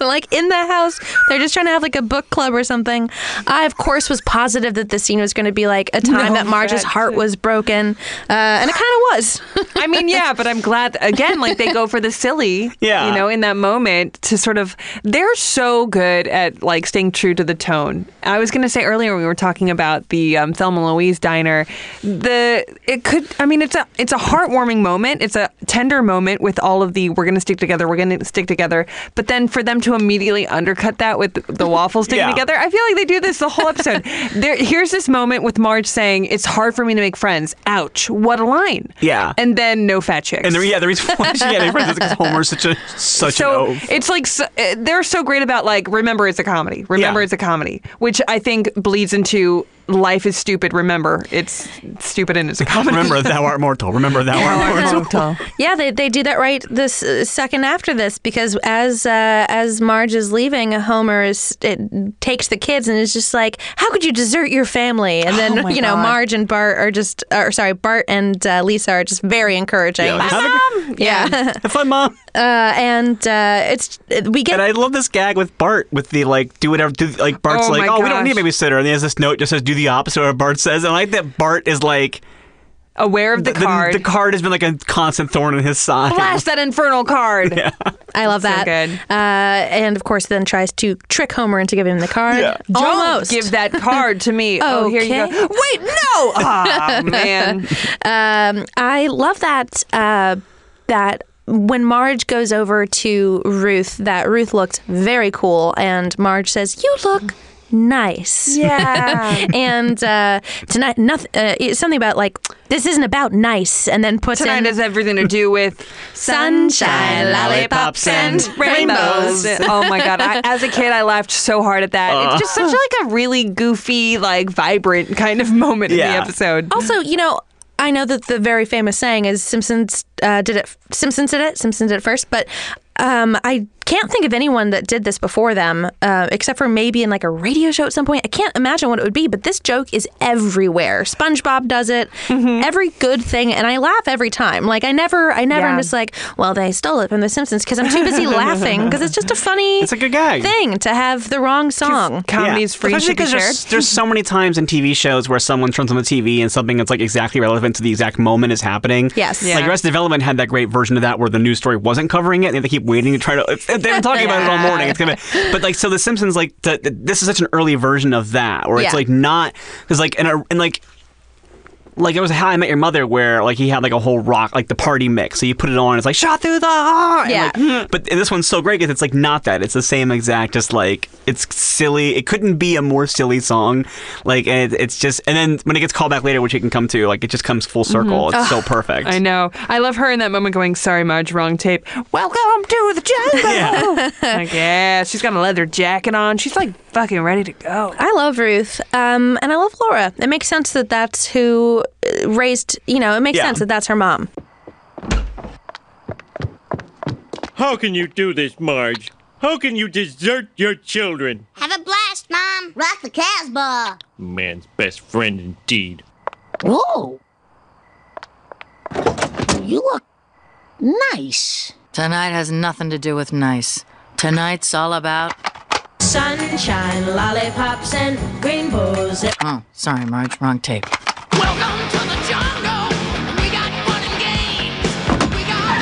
like in the house, they're just trying to have like a book club or something. I of course was positive that the scene was going to be like a time that Marge's
fat
heart was broken, uh, and it kind of was. [laughs]
I mean, yeah, but I'm glad again. Like they go for the silly,
Yeah.
you know, in that moment to sort of. They're so good at like staying true to the tone. I was going to say earlier we were talking about the um, Thelma and Louise diner. The it could. I mean, it's a it's a heartwarming moment. It's a tender moment with all of the we're going to stick together. We're going to stick together. But then for them to immediately undercut that with the waffles sticking
Yeah.
together, I feel like they do this the whole episode. there, here's this moment with Marge saying, "It's hard for me to make friends." Ouch! What a line.
Yeah.
And then no fat chicks.
And the, yeah, the reason why she got friends is because Homer's such a such
so
an oaf.
it's like so, uh, they're so great about like remember it's a comedy. Remember
Yeah.
it's a comedy, which I think bleeds into life is stupid. Remember, it's stupid and it's a comedy. [laughs]
Remember thou art mortal. Remember thou art mortal.
Yeah, they, they do that right this uh, second after this because as uh, as Marge is leaving, Homer is it takes the kids and is just like, "How could you desert your family?" And
[laughs]
then
Oh my
you know
God.
Marge and Bart are just, or sorry, Bart and uh, Lisa are just very encouraging.
Yeah, have, a, good-
[laughs] Yeah.
have fun, mom.
[laughs] uh, and uh, it's we get
And I love this gag with Bart with the like, do whatever, do, like Bart's
Oh
like,
my
oh, we don't need a
gosh.
babysitter, and he has this note just says, do the opposite of what Bart says, and I like that Bart is like,
Aware of the, card.
the card has been like a constant thorn in his side.
Flash that infernal card.
I love that.
good.
Uh, and of course, then tries to trick Homer into giving him the card. Almost.
Don't give that card to me. Oh, here you
Okay.
go. Wait, no.
[laughs]
Oh, man.
um, I love that. Uh, that when Marge goes over to Ruth, that Ruth looked very cool, and Marge says, "You look." Nice, yeah, [laughs] and uh, tonight nothing. Uh, it's something about like this isn't about nice, and then puts
Tonight
in
has everything to do with
sunshine, lollipops, and rainbows.
oh my god! I, as a kid, I laughed so hard at that.
Uh-huh.
It's just such like a really goofy, like vibrant kind of moment in
Yeah.
the episode.
Also, you know, I know that the very famous saying is Simpsons uh, did it. Simpsons did it. Simpsons did it first. But um, I can't think of anyone that did this before them, uh, except for maybe in like a radio show at some point. I can't imagine what it would be. But this joke is everywhere. SpongeBob does it.
Mm-hmm.
Every good thing, and I laugh every time. Like I never, I never. I'm
Yeah.
just like, well, they stole it from The Simpsons because I'm too busy laughing because it's just a funny.
It's a good gag.
thing to have the wrong song.
Comedy's free
Especially
should be
'cause
shared.
there's, there's so many times in TV shows where someone turns on the TV and something that's like exactly relevant to the exact moment is happening.
Yes. Yeah.
Like Arrested Development had that great version of that where the news story wasn't covering it and they keep waiting to try to. It's, they've been talking about it all morning. It's gonna. But like so, The Simpsons like the, the- this is such an early version of that where
Yeah.
it's like not because like and uh, and like. Like it was How I Met Your Mother, where like he had like a whole rock, like the party mix. So you put it on, it's like shot through the heart. and,
Yeah.
like, [laughs] but this one's so great because it's like not that. It's the same exact. Just like it's silly. It couldn't be a more silly song. Like and it, it's just and then when it gets called back later, which it can come to, like it just comes full circle. It's so perfect. [laughs]
Mm-hmm. I know. I love her in that moment going, "Sorry, Marge, wrong tape." Welcome to the [laughs] jungle. Like, yeah, she's got a leather jacket on. She's like fucking ready to go.
I love Ruth, um, and I love Laura. It makes sense that that's who uh, raised. You know, it makes
Yeah.
sense that that's her mom.
How can you do this, Marge? How can you desert your children?
[laughs] Have a blast, Mom. Rock the Casbah.
Man's best friend indeed.
Whoa. You look nice.
Tonight has nothing to do with nice. Tonight's all about.
Sunshine, lollipops, and rainbows.
Oh, sorry, Marge. Wrong tape.
Welcome to the jungle. We got fun and games. We got.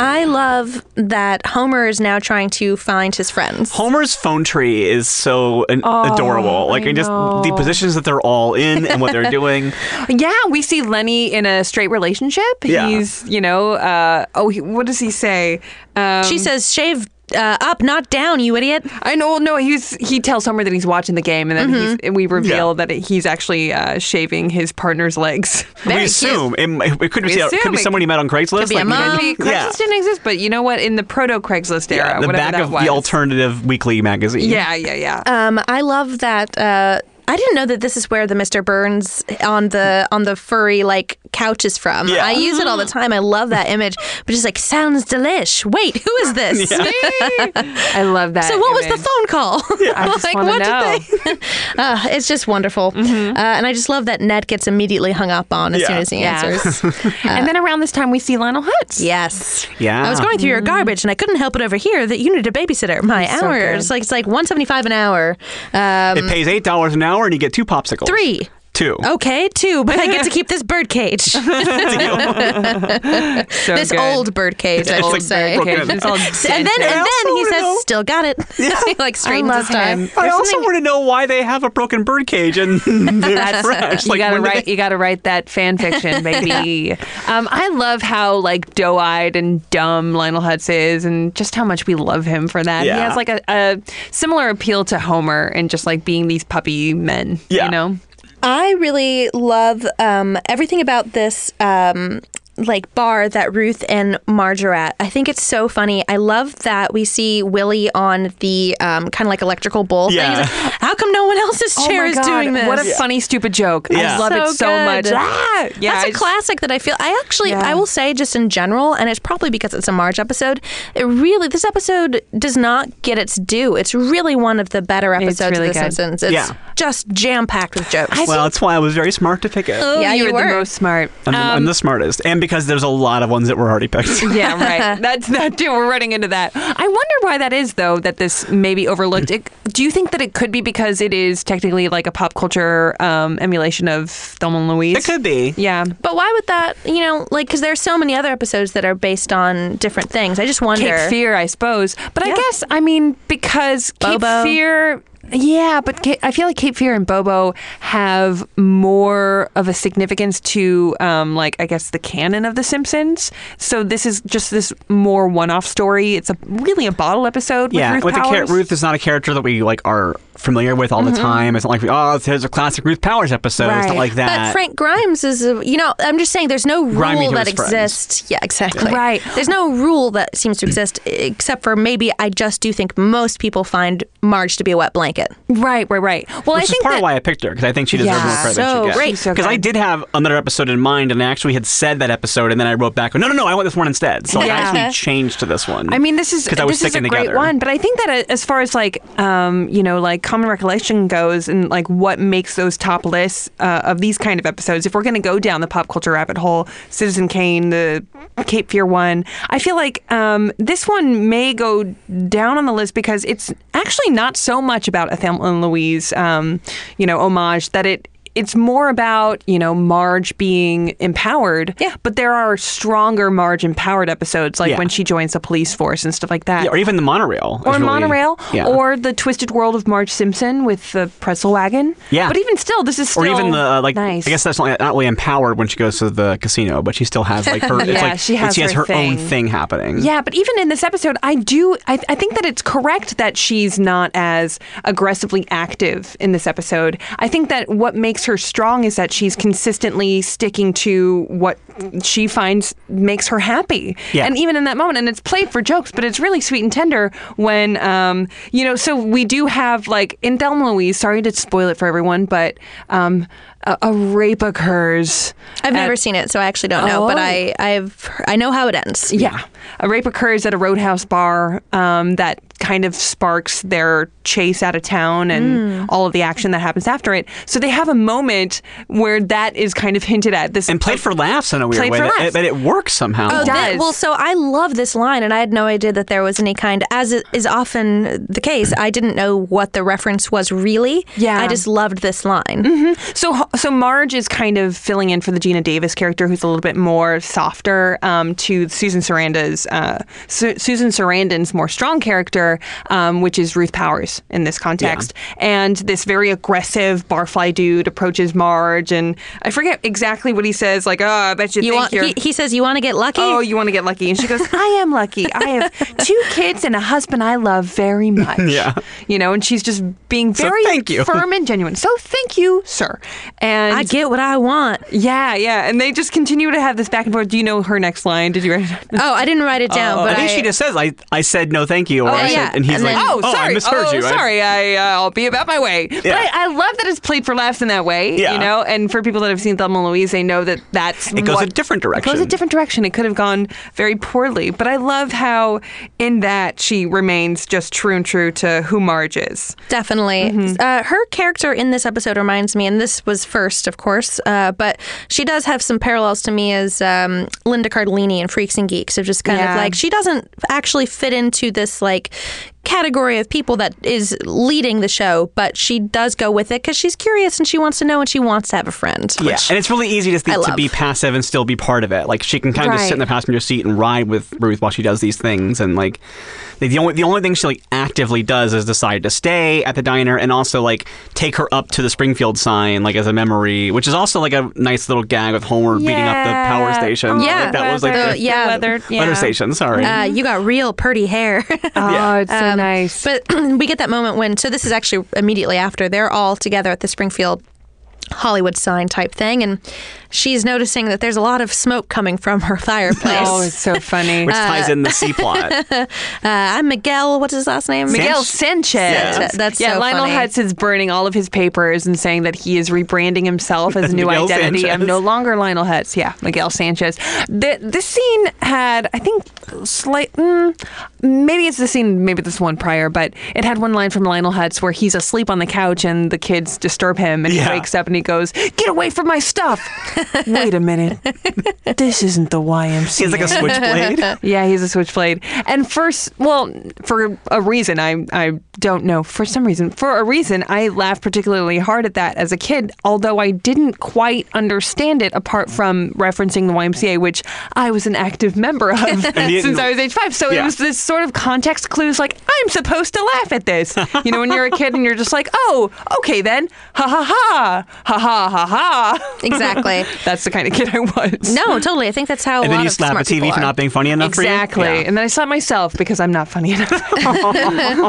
I love that Homer is now trying to find his friends.
Homer's phone tree is so an-
Oh,
adorable. Like and just the positions that they're all in and what
[laughs]
they're doing.
Yeah, we see Lenny in a straight relationship.
Yeah.
He's, you know, uh, oh, he, what does he say? Um,
she says, "Shave uh, up, not down, you idiot."
I know, no, he's he tells Homer that he's watching the game, and then he's, and we reveal that he's actually uh, shaving his partner's [laughs] legs.
we
Very
assume it, might- it could be
We
it could
assume
be
it
someone you met on Craigslist.
be a
you know,
mom.
Maybe [laughs] Craigslist
yeah.
didn't exist, but you know what? In the proto Craigslist era,
Yeah, the
whatever
back
that
of
was.
the alternative weekly magazine.
yeah, yeah, yeah.
Um, I love that. Uh, I didn't know that this is where the Mr. Burns on the on the furry like couch is from.
Yeah. Mm-hmm.
I use it all the time. I love that image, but just like sounds delish. Wait, who
[laughs]
is this? [laughs]
I love that.
So what was the
image.
phone call?
uh, I
[laughs]
just wanna
they? [laughs] uh, it's just wonderful, uh, and I just love that Ned gets immediately hung up on as
Yeah.
soon as he
Yeah.
answers.
and then around this time, we see Lionel Hutz.
yes.
Yeah.
I was going through your garbage and I couldn't help it over here that you need a babysitter. My
so
hours,
good.
like it's like one seventy five an hour. Um,
It pays eight dollars an hour and you get two popsicles.
three.
Two.
Okay, two, but I get to keep this bird cage.
So
this
good.
old bird cage, I should
like
say.
broken
Okay, [laughs] it's all
And then,
dented.
and then he
wanna
says,
know-
"Still got it." [laughs] like straight into time.
I also want to know why they have a broken bird cage and [laughs]
[laughs]
they're fresh.
you gotta
when did
write. You gotta write that fan [laughs] fiction, baby. um, I love how like doe-eyed and dumb Lionel Hutz is, and just how much we love him for that. He
Yeah.
has like a, a similar appeal to Homer, and just like being these puppy men.
Yeah.
You know.
I really love um, everything about this um, like bar that Ruth and Marge are at. I think it's so funny. I love that we see Willie on the um, kind of like electrical bull
Yeah.
thing. He's like, How come no one else's
Oh my
chair is
God,
doing this?
what a Yeah. funny, stupid joke. I love it so much. Ah! Yeah,
That's
I
a
just-
classic that I feel. I actually, I will say, just in general, and it's probably because it's a Marge episode. It really, this episode does not get its due. It's really one of the better episodes
really
of The
good.
Simpsons. It's
Yeah.
just jam packed with jokes.
[laughs] well, that's why I was very smart to pick it.
Oh, Yeah, you you were the were. most
smart.
I'm, the- I'm the smartest, and because there's a lot of ones that were already
[laughs]
picked.
yeah, right. That's that too. We're running into that. I wonder why that is though. That this may be overlooked. It, do you think that it could be because it is technically like a pop culture um, emulation of Thelma and Louise? It could
be.
Yeah.
But why would that, you know, like, because there's so many other episodes that are based on different things. I just wonder.
Cape Fear, I suppose. But I guess I mean because
Bobo.
Cape Fear. Yeah, but Ca- I feel like Cape Fear and Bobo have more of a significance to, um, like, I guess the canon of The Simpsons. So this is just this more one-off story. It's a really a bottle episode. With
yeah,
Ruth
with the
Powers. Mm-hmm.
char- Ruth is not a character that we like are familiar with all
Mhm.
the time. It's not like we, oh, there's a classic Ruth Powers episode. It's not
[laughs]
like that.
But Frank Grimes is, a, you know, I'm just saying there's no
Grimy
rule
to
that
his friends.
exists. Yeah, exactly.
Yeah.
Right. There's no rule that seems to exist except for maybe I just do think most people find Marge to be a wet blanket.
Right, right, right.
Well,
Which
I
is
think
part
that,
of why I picked her because I think she deserves
Yeah,
more credit
so
than she
great. She's
gets.
so
Because I
good.
did have another episode in mind, and I actually had said that episode, and then I wrote back, "No, no, no, I want this one instead." So like,
Yeah.
I actually changed to this one.
I mean, this is
because I was
this is a
sticking
great
together.
one, but I think that uh, as far as like um, you know, like common recollection goes, and like what makes those top lists uh, of these kind of episodes, if we're going to go down the pop culture rabbit hole, Citizen Kane, the Cape Fear one, I feel like um, this one may go down on the list because it's actually not so much about a Thelma and Louise, um, you know, homage that it it's more about you know Marge being empowered. Yeah. But there are stronger Marge empowered episodes, like
Yeah.
when she joins the police force and stuff like that.
Yeah, or even the monorail. is
Or
really-
monorail,
yeah.
or the twisted world of Marge Simpson with the pretzel wagon.
Yeah.
but even still, this is still
or even the uh, like.
nice.
I guess that's not, not really empowered when she goes to the casino, but she still has like
[laughs]
her. it's
Yeah,
like,
she has
she has
her
her, own
thing.
thing happening.
Yeah, but even in this episode, I do. I, I think that it's correct that she's not as aggressively active in this episode. I think that what makes her strong is that she's consistently sticking to what she finds makes her happy.
Yeah.
And even in that moment, and it's played for jokes, but it's really sweet and tender when, um, you know, so we do have like in Thelma and Louise, sorry to spoil it for everyone, but um, a, a rape occurs.
I've never seen it, so I actually don't know, but I- I've I know how it ends.
Yeah, a rape occurs at a roadhouse bar um, that kind of sparks their chase out of town and
Mm.
all of the action that happens after it. So they have a moment where that is kind of hinted at. This
and played for laughs in a weird
Played
way,
for
but
laughs.
it, but it works somehow.
Oh, that- well, so I love this line, and I had no idea that there was any kind, as it is often the case, I didn't know what the reference was really. Yeah. I just loved this line.
Mm-hmm.
hmm So, so Marge is kind of filling in for the Gina Davis character, who's a little bit more softer um, to Susan Sarandon's uh, Su- Susan Sarandon's more strong character, um, which is Ruth Powers in this context. And this very aggressive barfly dude approaches Marge, and I forget exactly what he says. Like, oh, I bet you,
You
think
want-
you're.
he- he says, "You want to get lucky?
Oh, you want to get lucky?" And she goes, "I am lucky. I
[laughs]
have two kids and a husband I love very much."
Yeah.
you know, and she's just being
So
very
thank you.
firm and genuine. So thank you, sir. And I
get what I
[laughs]
want.
Yeah, yeah. And they just continue to have this back and forth. Do you know her next line? Did you write it down?
Oh, I didn't write it down,
Oh,
but
I think she just says, "I I said no, thank you," or I said, and he's [laughs] like,
Oh, then-
"Oh,
sorry.
I misheard
oh,
you." I-
Sorry, I, uh, I'll be about my way. But
Yeah.
I, I love that it's played for laughs in that way,
Yeah.
you know? And for people that have seen Thelma and Louise, they know that that's.
It goes
what-
a different
It goes a
direction.
different direction. It could have gone very poorly. But I love how in that she remains just true and true to who Marge is.
Definitely. Uh, her character in this episode reminds me, and this was first, of course, uh, but she does have some parallels to me as um, Linda Cardellini in Freaks and Geeks of just kind
Yeah.
of like, she doesn't actually fit into this like category of people that is leading the show, but she does go with it because she's curious and she wants to know and she wants to have a friend.
Yeah, and it's really easy to
I
think to
love.
be passive and still be part of it. Like she can kind of just sit in the
Right.
passenger seat and ride with Ruth while she does these things, and like the the only the only thing she like actively does is decide to stay at the diner and also like take her up to the Springfield sign like as a memory, which is also like a nice little gag with Homer beating up the power
Yeah.
station.
Yeah.
Like, that was like
Weather-
the
yeah. Weather- yeah.
station. Sorry,
Uh, you got real pretty hair. [laughs]
Oh, it's so nice. [laughs]
[clears throat] But we get that moment when, so this is actually immediately after, they're all together at the Springfield Hollywood sign type thing, and she's noticing that there's a lot of smoke coming from her [laughs] fireplace.
Oh, it's so funny.
which ties in the C
[laughs]
plot.
Uh, I'm Miguel. What's his last name?
Miguel Sanchez.
Sanchez. That's
yeah.
so
Lionel
funny.
Hutz is burning all of his papers and saying that he is rebranding himself as a new
Miguel
identity. I'm
Sanchez.
no longer Lionel Hutz. Yeah, Miguel Sanchez. Th this scene had, I think, slight. Mm, maybe it's the scene. Maybe this one prior, but it had one line from Lionel Hutz where he's asleep on the couch and the kids disturb him, and he
Yeah.
wakes up and he goes, "Get away from my stuff!" [laughs] Wait a minute, this isn't the YMCA.
He's like a switchblade.
Yeah, he's a switchblade. And first, well, for a reason, I I don't know. For some reason, for a reason, I laughed particularly hard at that as a kid, although I didn't quite understand it apart from referencing the YMCA, which I was an active member of [laughs]
you-
since I was age five. So it
Yeah.
was this sort of context clues like, I'm supposed to laugh at this. You know, when you're a kid and you're just like, oh, okay then. Ha ha ha. Ha ha ha ha.
[laughs]
Exactly.
That's the kind of kid I was.
No, totally. I think that's how.
And
a
then
lot
you
of
slap a
smart
TV
people
for
are.
not being funny enough
Exactly.
for you. Yeah.
And then I slapped myself because I'm not funny [laughs] enough.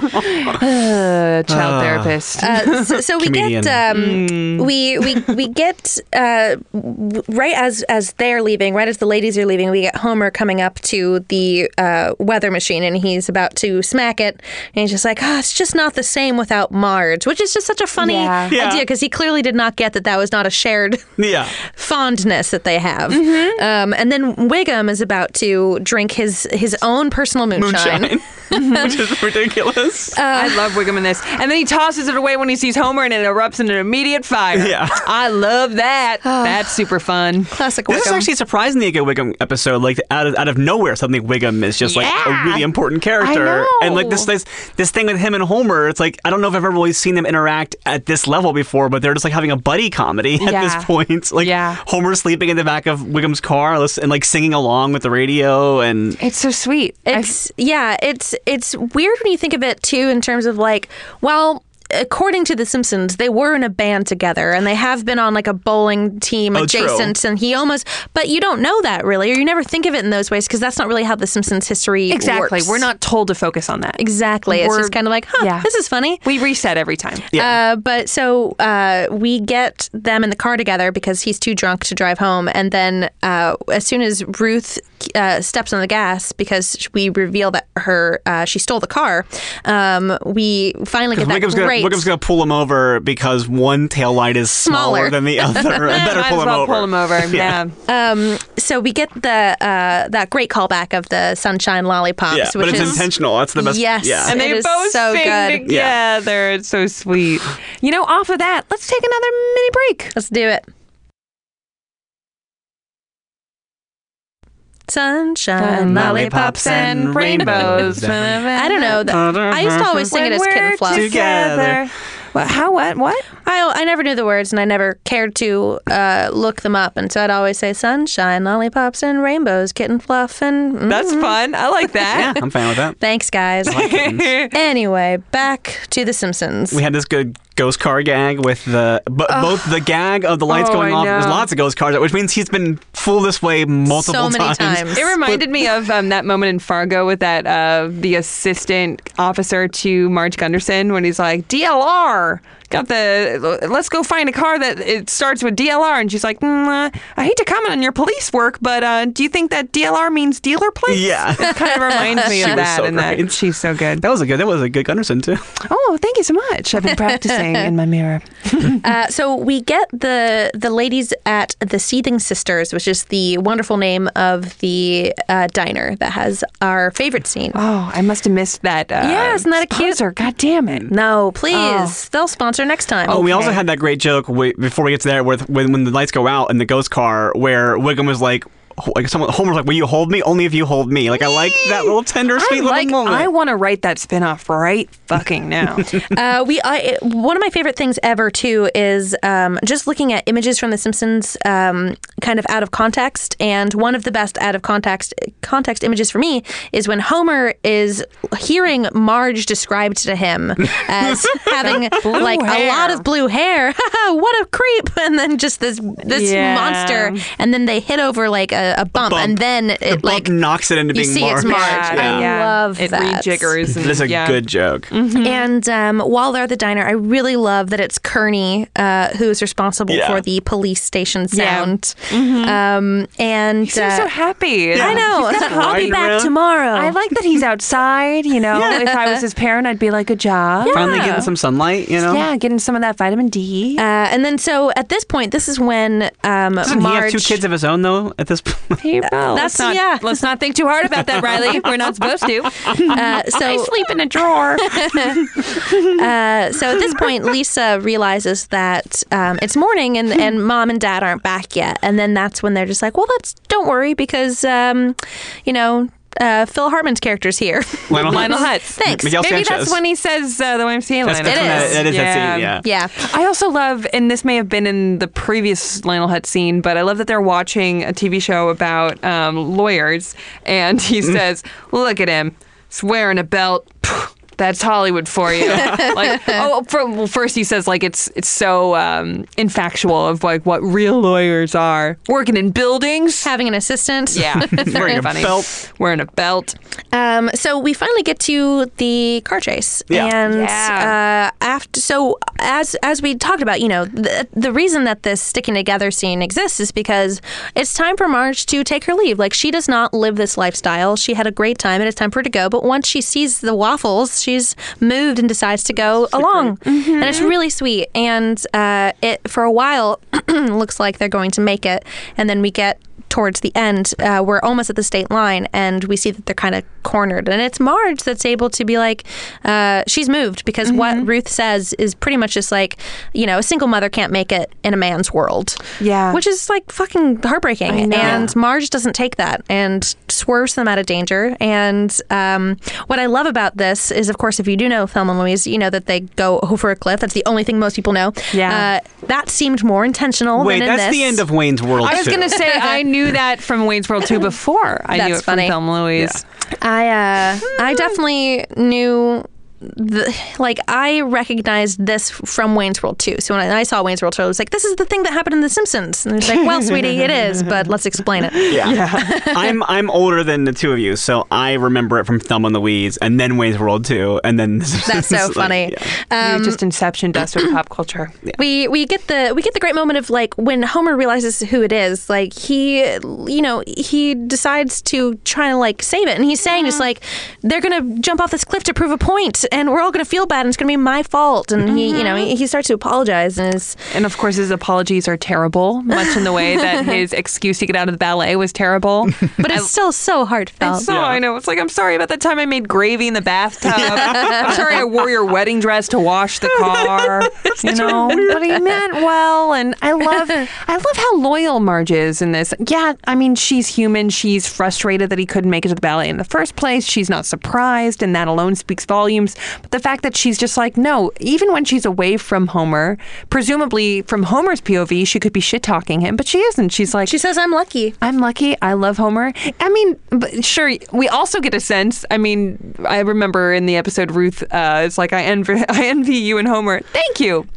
Uh, child
Ah.
therapist.
Uh, so, so we
Comedian.
get um, we we we get uh, w- right as as they're leaving, right as the ladies are leaving, we get Homer coming up to the uh, weather machine, and he's about to smack it, and he's just like, "Ah, it's just not the same without Marge," which is just such a funny
Yeah.
idea 'cause
Yeah.
idea because he clearly did not get that that was not a shared [laughs]
Yeah. [laughs]
fondness that they have. Um, and then Wiggum is about to drink his his own personal moonshine.
Moonshine. [laughs] Which is ridiculous.
I love Wiggum in this. And then he tosses it away when he sees Homer and it erupts in an immediate fire.
Yeah.
I love that. That's super fun.
Ah. Classic Wiggum.
this is actually surprisingly a good Wiggum episode. Like out of out of nowhere, suddenly Wiggum is just like
Yeah.
a really important character,
I
and like this
know.
this this thing with him and Homer. It's like I don't know if I've ever really seen them interact at this level before, but they're just like having a buddy comedy at
Yeah.
this point. [laughs] Like
Yeah.
Homer sleeping in the back of Wiggum's car lis- and like singing along with the radio, and
It's so sweet.
It's yeah, it's it's weird when you think of it too in terms of like, well, according to the Simpsons, they were in a band together and they have been on like a bowling team
Oh, true.
adjacent and he almost but you don't know that really or you never think of it in those ways because that's not really how the Simpsons history
exactly.
works.
We're not told to focus on that.
Exactly. it's
We're-
just kind of like, huh,
yeah.
this is funny.
We reset every time.
Uh, but so uh, we get them in the car together because he's too drunk to drive home. And then uh, as soon as Ruth uh, steps on the gas because we reveal that her uh, she stole the car, um, we finally get that
Wiggum's gonna,
great.
Wiggum's gonna pull him over because one tail light is smaller,
Smaller.
than
[laughs]
the other. I better
Ah, Might
pull
as
him
well
over.
pull
[laughs]
[laughs]
him over. yeah.
um, so we get the uh, that great callback of the sunshine lollipops,
Yeah, but
which
it's
is
intentional. That's the best.
Yes.
Yeah.
and they
It is
both
so
sing
good.
Yeah.
together. It's so sweet. You know, off of that, let's take another mini break.
Let's do it. Sunshine, lollipops, and
rainbows.
I don't know. The, I used to always sing it as Kid and Fluff.
Together.
Well, how? What? What?
I, I never knew the words and I never cared to uh, look them up. And so I'd always say sunshine, lollipops, and rainbows, kitten fluff. And mm.
That's fun. I [laughs] like that.
[laughs] I'm fine with that.
thanks, guys. anyway, back to The Simpsons.
we had this good ghost car gag with the b- both the gag of the lights
Oh,
going
I
off. There's
know.
lots of ghost cars, which means he's been fooled this way multiple
So many times.
[laughs] It reminded me of um, that moment in Fargo with that uh, the assistant officer to Marge Gunderson when he's like DLR. Got the let's go find a car that it starts with DLR, and she's like, mm, uh, I hate to comment on your police work, but uh, do you think that DLR means dealer
[laughs]
place?
Yeah.
it kind
[laughs]
of reminds
She
me of
was
that.
so
and that
great.
she's so good.
That was a good. That was a good Gunderson too.
Oh, thank you so much. I've
[laughs]
been practicing in my mirror.
Uh, so we get the the ladies at the Seething Sisters, which is the wonderful name of the uh, diner that has our favorite scene.
Oh, I must have missed that. Uh,
Yeah, isn't that a cute-
sponsor. God damn it.
No, please.
Oh.
They'll sponsor next time.
Oh, we also
Okay.
had that great joke wi- before we get to there with when, when the lights go out in the ghost car, where Wiggum was like, ho- like someone Homer's like, "Will you hold me? Only if you hold me." Like I like that little tender, sweet
I
little
like.
moment.
I want to write that spinoff right
[laughs]
fucking now.
Uh, we I, one of my favorite things ever too is um, just looking at images from The Simpsons, um, kind of out of context. And one of the best out of context context images for me is when Homer is hearing Marge described to him as having like a lot of blue [laughs] hair. what a creep! [laughs] And then just this this
Yeah.
monster. And then they hit over like a, a, a, bump, and then it
Bump
like
knocks it into
you
being
see
marked.
it's marked. I
Yeah.
love
It
that.
rejiggers. and-
That's a
yeah.
good joke.
And um, while they're at the diner, I really love that it's Kearney uh, who is responsible
Yeah.
for the police station sound. Um, and
He seems
uh,
so happy.
I know. [laughs] I'll be
riding
back
around.
tomorrow.
I like that he's outside. You know, if I was his parent, I'd be like, good job.
Finally getting some sunlight, you know?
Yeah, getting some of that vitamin D.
uh, and then, so at this point, this is when um,
Doesn't he have
Marge.
two kids of his own, though, at this [laughs] point?
Hey, well,
that's-
let's not,
yeah.
Let's not think too hard about
[laughs]
that, Riley. We're not supposed to.
Uh, so
I sleep in
[laughs]
a drawer.
Uh, so at this point, Lisa realizes that um, it's morning and, and mom and dad aren't back yet. And then that's when they're just like, well, that's don't worry because, um, you know, uh, Phil Hartman's character's here. [laughs]
Lionel Hutz.
Lionel Hutz.
Thanks.
Miguel
Maybe
Sanchez.
that's when he says, uh, "Though I'm seeing
That's,
Lionel."
that's
It
when
is.
That, that is that scene, yeah.
yeah.
I also love, and this may have been in the previous Lionel Hutz scene, but I love that they're watching a TV show about um, lawyers, and [laughs] he says, "Look at him, he's wearing a belt." Phew, That's Hollywood for [laughs] you. like, oh, for, well, first he says like it's it's so um, infactual of like what real lawyers are working in buildings.
Having an assistant.
yeah, [laughs] it's very
Wearing a
funny.
belt.
Wearing a belt.
Um, so we finally get to the car chase,
Yeah.
and
Yeah.
Uh, after so as as we talked about, you know, the, the reason that this sticking together scene exists is because it's time for Marge to take her leave. Like she does not live this lifestyle. She had a great time, and it's time for her to go. But once she sees the waffles, she's moved and decides to go along,
Mm-hmm.
and it's really sweet. And uh, it for a while [clears throat] looks like they're going to make it, and then we get towards the end, uh, we're almost at the state line, and we see that they're kind of cornered. And it's Marge that's able to be like, uh, she's moved because
Mm-hmm.
what Ruth says is pretty much just like, you know, a single mother can't make it in a man's world.
Yeah.
Which is like fucking heartbreaking. And Marge doesn't take that and swerves them out of danger. And um, what I love about this is, of course, if you do know Thelma and Louise, you know that they go over a cliff. That's the only thing most people know.
Yeah.
Uh, that seemed more intentional
Wait,
than in
that's
this.
the end of Wayne's World.
I was
too.
gonna say [laughs] I knew that from Wayne's World 2 before I knew
That's
it from
funny.
Film Louise.
I uh,
Hmm.
I definitely knew. The, like I recognized this from Wayne's World 2. So when I, I saw Wayne's World 2, I was like, "This is the thing that happened in The Simpsons." And it's
[laughs]
like, "Well, sweetie, it is, but let's explain it."
Yeah. I'm I'm older than the two of you, so I remember it from Thumb on the Wheeze and then Wayne's World 2 and then [laughs]
[laughs] That's so
like,
funny. Uh,
yeah.
you just inceptioned
[clears throat]
us with pop culture.
We we get the we get the great moment of like when Homer realizes who it is. Like he, you know, he decides to try to like save it, and he's saying
Mm-hmm.
it's like they're gonna jump off this cliff to prove a point, and we're all gonna feel bad, and it's gonna be my fault. And he, you know,
Mm-hmm.
he, he starts to apologize, and is
And of course, his apologies are terrible, much in the way [laughs] that his excuse to get out of the ballet was terrible.
but it's still so heartfelt.
So I know it's like I'm sorry about the time I made gravy in the bathtub. I'm sorry I wore your wedding dress to wash the car. you know, but he meant well, and I love I love how loyal Marge is in this. Yeah, I mean she's human. She's frustrated that he couldn't make it to the ballet in the first place. She's not surprised, and that alone speaks volumes. But the fact that she's just like no, even when she's away from Homer, presumably from Homer's POV, she could be shit talking him, but she isn't. She's like
She says, "I'm lucky."
I'm lucky. I love Homer. I mean, but sure, we also get a sense. I mean, I remember in the episode Ruth, uh, it's like I envy, [laughs] I envy you and Homer. Thank you.
[laughs]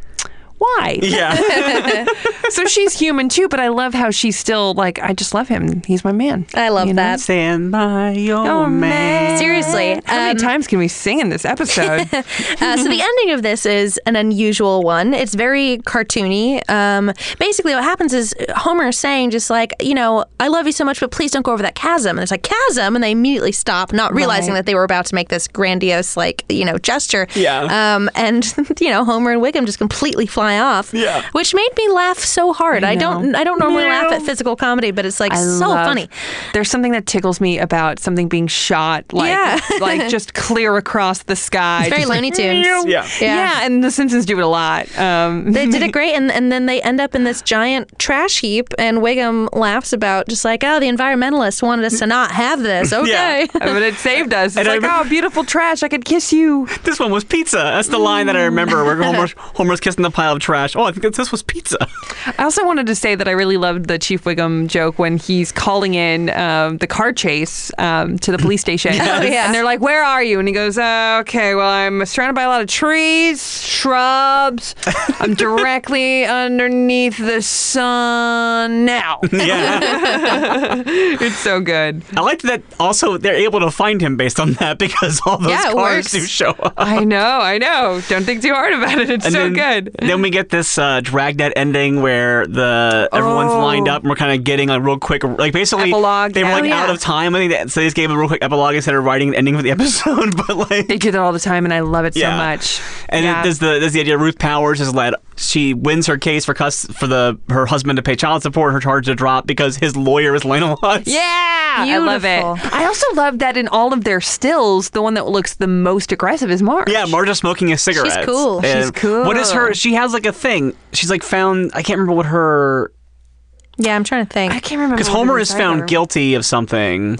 Why?
Yeah.
so she's human too, but I love how she's still like, I just love him. He's my man.
I love
You know?
that.
Stand by your
Oh, man.
man.
Seriously.
How many
Um,
times can we sing in this episode?
uh, [laughs] so the ending of this is an unusual one. It's very cartoony. Um, basically, what happens is Homer is saying just like, you know, I love you so much, but please don't go over that chasm. And it's like chasm, and they immediately stop, not realizing
Right.
that they were about to make this grandiose like you know gesture.
Yeah.
Um, and [laughs] you know, Homer and Wiggum just completely fly off.
Yeah.
Which made me laugh so hard. I, don't.
know.
I don't normally laugh at physical comedy, but it's like
I
so
love-
funny.
There's something that tickles me about something being shot, like
Yeah.
like just clear across the sky.
It's very
just like,
Looney Tunes.
Yeah.
Yeah.
yeah. and The Simpsons do it a lot. Um,
They did it great, and, and then they end up in this giant trash heap, and Wiggum laughs about just like, oh, the environmentalists wanted us to not have
[laughs]
this. Okay.
[laughs] but it saved us. It's
And I
like,
remem-
oh, beautiful trash. I could kiss you.
This one was pizza. That's the line that I remember where Homer's, Homer's kissing the pile of trash. Oh, I think that this was pizza. [laughs]
I also wanted to say that I really loved the Chief Wiggum joke when he's calling in um, the car chase um, to the police [laughs] station.
yeah.
And they're like, Where are you? And he goes, uh, Okay, well, I'm surrounded by a lot of trees, shrubs. [laughs] I'm directly underneath the sun [laughs] now.
Yeah.
it's so good.
I liked that also they're able to find him based on that because all those
Yeah, it
cars
works.
do show up.
I know, I know. Don't think too hard about it. It's so
then,
good.
Then we get this uh, dragnet ending where the everyone's lined up and we're kind of getting a real quick, like basically
Oh. Epilogue,
They were
yeah.
like
Oh, yeah.
out of time. I think that, so they just gave a real quick epilogue instead of writing the ending of the [laughs] episode. But like,
They do that all the time, and I love it
Yeah.
so much.
and
Yeah.
then there's the there's the idea. Ruth Powers is led. She wins her case for cus for the her husband to pay child support. Her charge to drop because his lawyer is Lionel Hutz.
Yeah, I love it.
Beautiful.
I also love that in all of their stills, the one that looks the most aggressive is Marge.
Yeah, Marge is smoking a cigarette.
cool. She's
And
cool.
What is her? She has like a thing. She's like found. I can't remember what her.
Yeah, I'm trying to think.
I can't remember
Because
what
Homer
it
is found
either.
guilty of something.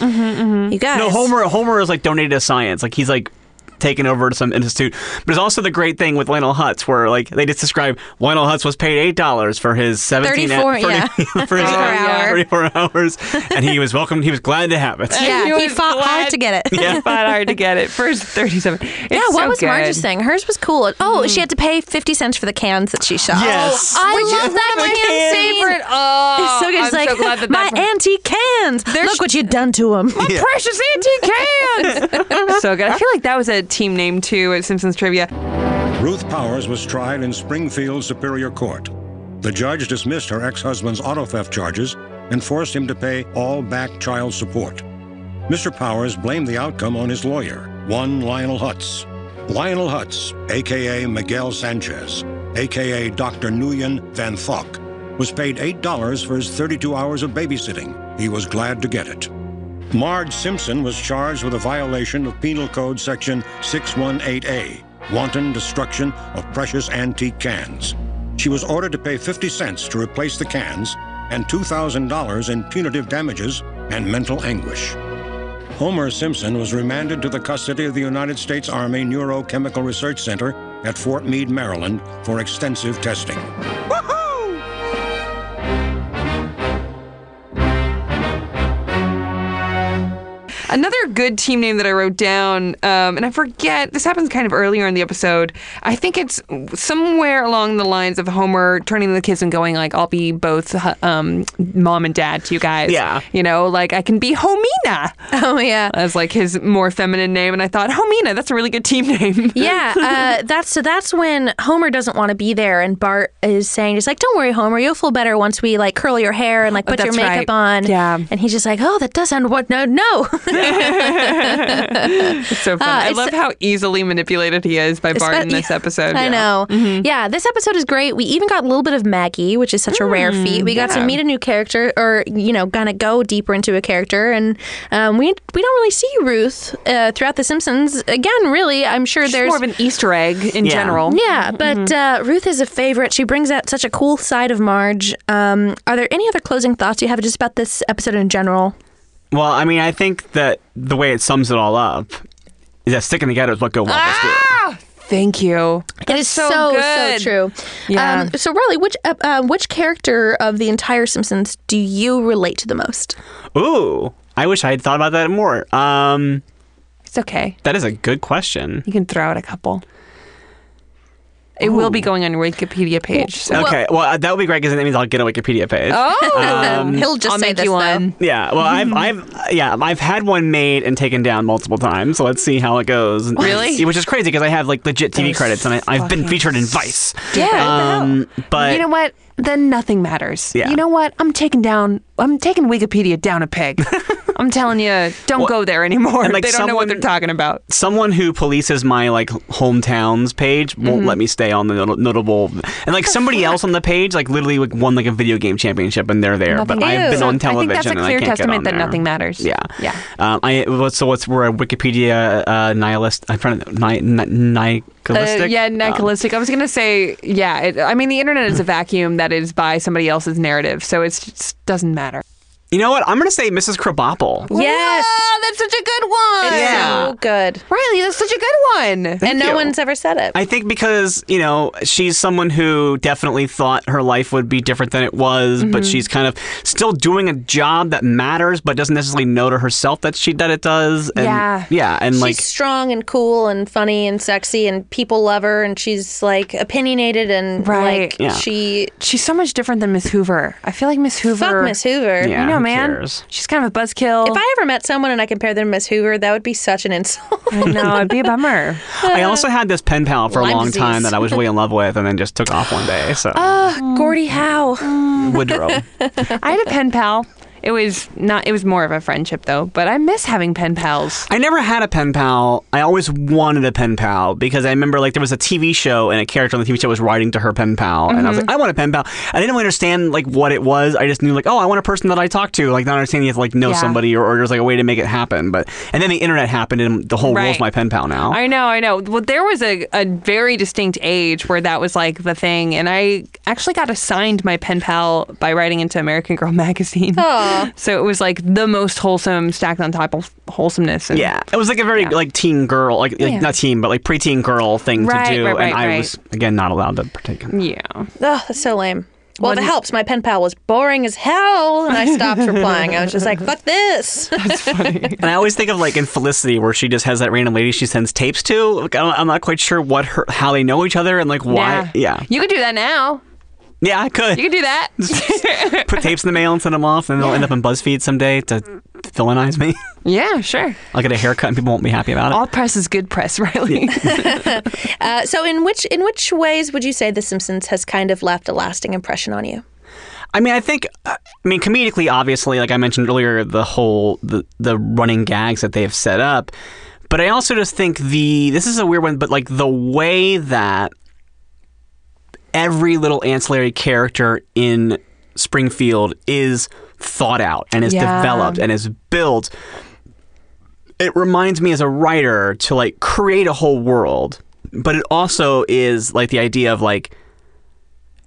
You guys.
No, Homer. Homer is like donated to science. Like he's like taken over to some institute. But it's also the great thing with Lionel Hutz, where like they just describe Lionel Hutz was paid eight dollars for his seventeen
34, yeah.
[laughs] for his
Per hour.
thirty-four hours, and he was welcome. He was glad to have it.
Yeah,
knew
he
it was
fought hard
glad-
to get it.
It's [laughs] not hard to get it. First 37. It's
Yeah, what
so
was
good.
Marge's thing? Hers was cool. Oh, she had to pay 50 cents for the cans that she shot.
Yes.
Oh, I
Which
love
is
that
my
can
can.
scene.
Favorite. Oh,
It's so good.
I'm
She's like,
so glad that
my
that
antique cans. Look what you've done to them.
precious antique cans. so good. I feel like that was a team name too at Simpsons Trivia.
Ruth Powers was tried in Springfield Superior Court. The judge dismissed her ex husband's auto theft charges and forced him to pay all back child support. Mr. Powers blamed the outcome on his lawyer, one Lionel Hutz. Lionel Hutz, aka Miguel Sanchez, aka Dr. Nguyen Van Thok, was paid $8 for his 32 hours of babysitting. He was glad to get it. Marge Simpson was charged with a violation of Penal Code Section 618A, wanton destruction of precious antique cans. She was ordered to pay 50 cents to replace the cans and $2,000 in punitive damages and mental anguish. Homer Simpson was remanded to the custody of the United States Army Neurochemical Research Center at Fort Meade, Maryland, for extensive testing.
Another good team name that I wrote down, um, and I forget, this happens kind of earlier in the episode. I think it's somewhere along the lines of Homer turning to the kids and going, like, I'll be both hu- um, mom and dad to you guys.
Yeah.
You know, like, I can be Homina
[laughs] Oh, [laughs] yeah.
as, like, his more feminine name. And I thought, Homina, that's a really good team [laughs] name.
yeah, uh, that's so. That's when Homer doesn't want to be there, and Bart is saying, "Just like, don't worry, Homer, you'll feel better once we like curl your hair and like put your
Oh, that's
makeup
right.
on."
Yeah.
and he's just like, "Oh, that does sound what? No, no." [laughs]
It's so fun.
Uh,
I
it's-
love how easily manipulated he is by Bart in
Espe-
this episode.
I
Yeah. Mm-hmm.
know. Yeah, this episode is great. We even got a little bit of Maggie, which is such a rare
Mm,
feat. We got to meet a new character, or you know, kind of go deeper into a character, and um, we we don't really see Ruth uh, throughout The Simpsons again. Really, I'm sure
It's
there's
more of an Easter egg in
Yeah.
general.
Yeah, but
Mm-hmm.
uh, Ruth is a favorite. She brings out such a cool side of Marge. Um, are there any other closing thoughts you have just about this episode in general?
Well, I mean, I think that the way it sums it all up is that sticking together is what go well.
Ah, thank you.
it is
so
so so,
good.
true.
Yeah.
Um, so, Riley, which ep- uh, which character of the entire Simpsons do you relate to the most? [laughs]
Ooh, I wish I had thought about that more. Um,
It's okay.
that is a good question.
You can throw out a couple. It will be going on your Wikipedia page. So.
Okay, well, uh, that would be great because that means I'll get a Wikipedia page.
Oh,
Um,
He'll just
I'll
say
make
this,
you
though.
one.
Yeah, well, I've, I've, yeah, I've had one made and taken down multiple times. So let's see how it goes.
Really?
Which is crazy because I have like legit TV credits and I, I've been featured in Vice.
Yeah, what the hell?
Um, but
you know what? Then nothing matters.
Yeah.
You know what? I'm taking down. I'm taking Wikipedia down
[laughs]
a peg. [laughs] I'm telling you, don't go there anymore.
and, like,
they don't know what they're
someone-
talking about.
someone who polices my like hometowns page won't
Mm-hmm.
let me stay on the not- notable and like somebody else on the page like literally like won like a video game championship and they're there but
Nothing-
i've been
Ew.
on television
I think that's
and
a clear
I can't
testament
get on
that
there.
nothing matters.
yeah
Yeah.
um i what's so what's we're a wikipedia uh nihilist i'm trying to ni- ni- nihilistic
Uh, yeah,
Um,
nihilistic. I was gonna say, yeah. It, I mean, the internet is a vacuum that is by somebody else's narrative, so it's, it just doesn't matter.
You know what? I'm going to say Mrs. Krabappel.
Yes.
that's such a good one.
It's
Yeah.
so good.
Riley, that's such a good one.
and no
you.
one's ever said it.
I think because, you know, she's someone who definitely thought her life would be different than it was,
Mm-hmm.
but she's kind of still doing a job that matters, but doesn't necessarily know to herself that she that it does. And,
Yeah.
Yeah. And
she's
like,
strong and cool and funny and sexy and people love her and she's like opinionated and
Right.
like
Yeah.
she
She's so much different than Miss Hoover. I feel like Miss Hoover.
fuck Miss Hoover.
yeah,
I know,
who
man.
cares?
She's kind of a buzzkill.
If I ever met someone and I compared them to Miss Hoover, that would be such an insult. [laughs]
[laughs] I know, it'd be a bummer.
I also had this pen pal for a
Lyme
long time
disease. Oh.
that I was really in love with and then just took off one day.
[laughs]
So,
Gordy Howe.
[laughs] Woodrow.
[laughs] I had a pen pal. It was not. It was more of a friendship though. But I miss having pen pals.
I never had a pen pal. I always wanted a pen pal because I remember like there was a TV show and a character on the TV show was writing to her pen pal, and I
Mm-hmm.
was like, I want a pen pal. I didn't really understand like what it was. I just knew like, oh, I want a person that I talk to. Like not understanding you have to like know
Yeah.
somebody or, or there's like a way to make it happen. But and then the internet happened and the whole world's
Right.
my pen pal now.
I know. I know. Well, there was a, a very distinct age where that was like the thing, and I actually got assigned my pen pal by writing into American Girl [laughs] magazine. So it was like the most wholesome, stacked on top of wholesomeness. And
yeah, it was like a very like teen girl, like, like not teen, but like preteen girl thing
Right,
to do,
right, right,
and I
right.
was again not allowed to partake. in it.
Yeah.
Oh, that's so lame. Well, if it helps, my pen pal was boring as hell, and I [laughs] stopped replying. I was just like, "Fuck this."
And I always think of like in Felicity, where she just has that random lady she sends tapes to. Like, I'm I'm not quite sure what her how they know each other and like why. yeah.
You could do that now.
Yeah, I could.
You could do that.
[laughs] Put tapes in the mail and send them off, and they'll end up in BuzzFeed someday to villainize me. [laughs]
yeah. Sure.
I'll get a haircut, and people won't be happy about it.
All press is good press, [laughs] Riley.
Uh, so, in which in which ways would you say The Simpsons has kind of left a lasting impression on you?
I mean, I think, uh, I mean, comedically, obviously, like I mentioned earlier, the whole the the running gags that they have set up. But I also just think the this is a weird one, but like the way that every little ancillary character in Springfield is thought out and is
Yeah.
developed and is built. It reminds me as a writer to like create a whole world, but it also is like the idea of like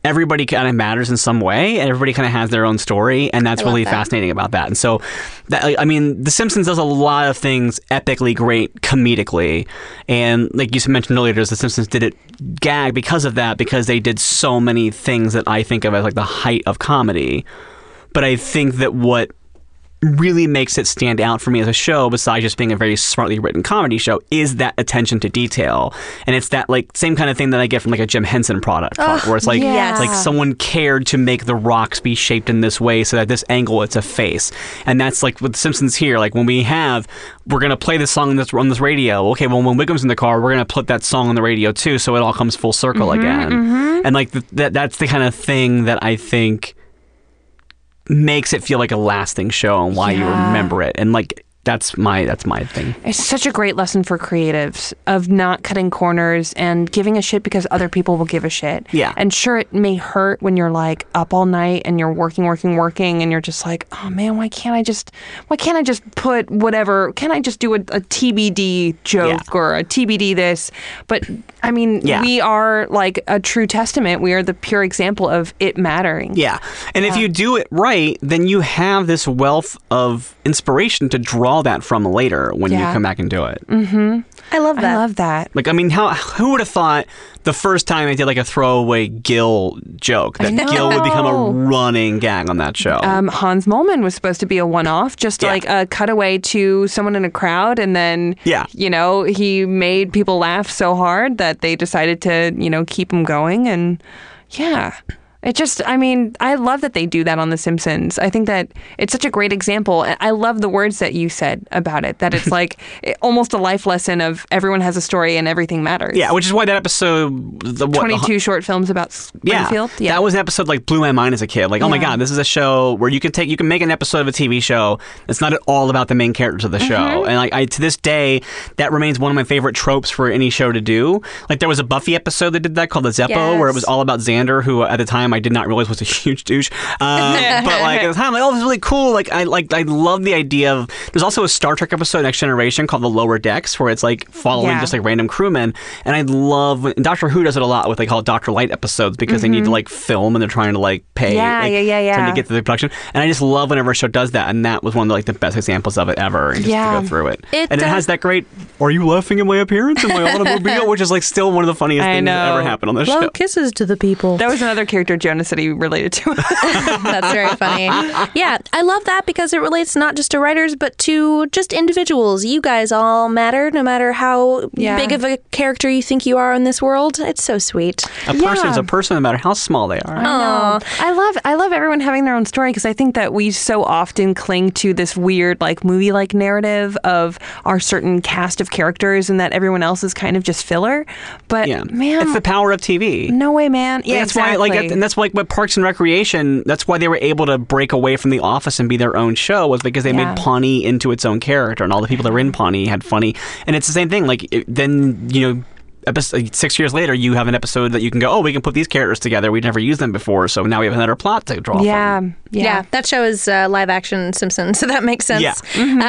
everybody kind of matters in some way and everybody kind of has their own story and that's really fascinating about that and so that like, i mean the simpsons does a lot of things epically great comedically and like you mentioned earlier the simpsons did it gag because of that because they did so many things that i think of as like the height of comedy but i think that what really makes it stand out for me as a show besides just being a very smartly written comedy show is that attention to detail and it's that like same kind of thing that i get from like a jim henson product where it's like
yes.
like someone cared to make the rocks be shaped in this way so that this angle it's a face and that's like with simpsons here like when we have we're gonna play this song on this, on this radio okay well when wiggum's in the car we're gonna put that song on the radio too so it all comes full circle again and like th- that that's the kind of thing that i think makes it feel like a lasting show and why you remember it and like that's my that's my thing
It's such a great lesson for creatives of not cutting corners and giving a shit because other people will give a shit.
Yeah.
And sure, it may hurt when you're like up all night and you're working, working, working, and you're just like, oh man, why can't I just, why can't I just put whatever? Can I just do a, a TBD joke or a TBD this? But I mean,
Yeah.
we are like a true testament. We are the pure example of it mattering.
yeah and if you do it right then you have this wealth of inspiration to draw that from later when
Yeah. Mm.
you come back and do it
I love that.
I love that.
like i mean how who would have thought the first time i did like a throwaway gil joke that gil would become a
know.
running gag on that show
um, Hans Molman was supposed to be a one-off, just
Yeah.
like a cutaway to someone in a crowd, and then
Yeah.
you know, he made people laugh so hard that they decided to you know keep him going, and yeah. It just, I mean, I love that they do that on The Simpsons. I think that it's such a great example. and I love the words that you said about it,
[laughs]
that it's like it- almost a life lesson of everyone has a story and everything matters.
yeah which is why that episode the what,
22 short films about Springfield.
That was an episode like blew my mind as a kid. Like, oh my
Yeah.
god, this is a show where you can take you can make an episode of a TV show. It's not at all about the main characters of the
Mm-hmm.
show. And like I to this day, that remains one of my favorite tropes for any show to do. Like there was a Buffy episode that did that called the Zeppo, where it was
Yes.
all about Xander, who at the time I did not realize was a [laughs] huge douche. Um, but like at the time, I'm like oh, this is really cool. Like I like I love the idea of. There's also a Star Trek episode, Next Generation, called The Lower Decks, where it's like following
Yeah.
just like random crewmen. And I love when, Doctor Who does it a lot with they call it Doctor Light episodes because they need to
Mhm.
like film and they're trying to like pay.
Yeah,
like,
yeah, yeah,
Trying
yeah.
to get to the production, and I just love whenever a show does that. And that was one of like the best examples of it ever. and Just
Yeah.
to go through it,
It
and it
does-
has that great. Are you laughing at my appearance [laughs] in my automobile? Which is like still one of the funniest
I
things that ever
know.
happened on this
Low
show.
Oh, kisses to the people.
That was another character Jonas that he related
[laughs]
to.
[laughs] That's very funny. Yeah, I love that because it relates not just to writers, but to just individuals. You guys all matter, no matter how
Yeah.
big of a character you think you are in this world. It's so sweet.
A person is a person, no matter how small they are.
I know. I love I love everyone having their own story because I think that we so often cling to this weird like movie like narrative of our certain cast of characters and that everyone else is kind of just filler. But
Yeah,
man,
it's the power of TV.
no way, man. Yeah,
that's
exactly.
why, like, and that's like what Parks and Recreation. That's why they were able to break away from The Office and be their own show was because they
Yeah.
made Pawnee into its own character, and all the people that were in Pawnee had funny. And it's the same thing. Like, it, then you know, episode, six years later, you have an episode that you can go, oh, we can put these characters together. We'd never used them before, so now we have another plot to draw. from.
Yeah, yeah, That show is uh, live action Simpsons, so that makes sense.
Yeah.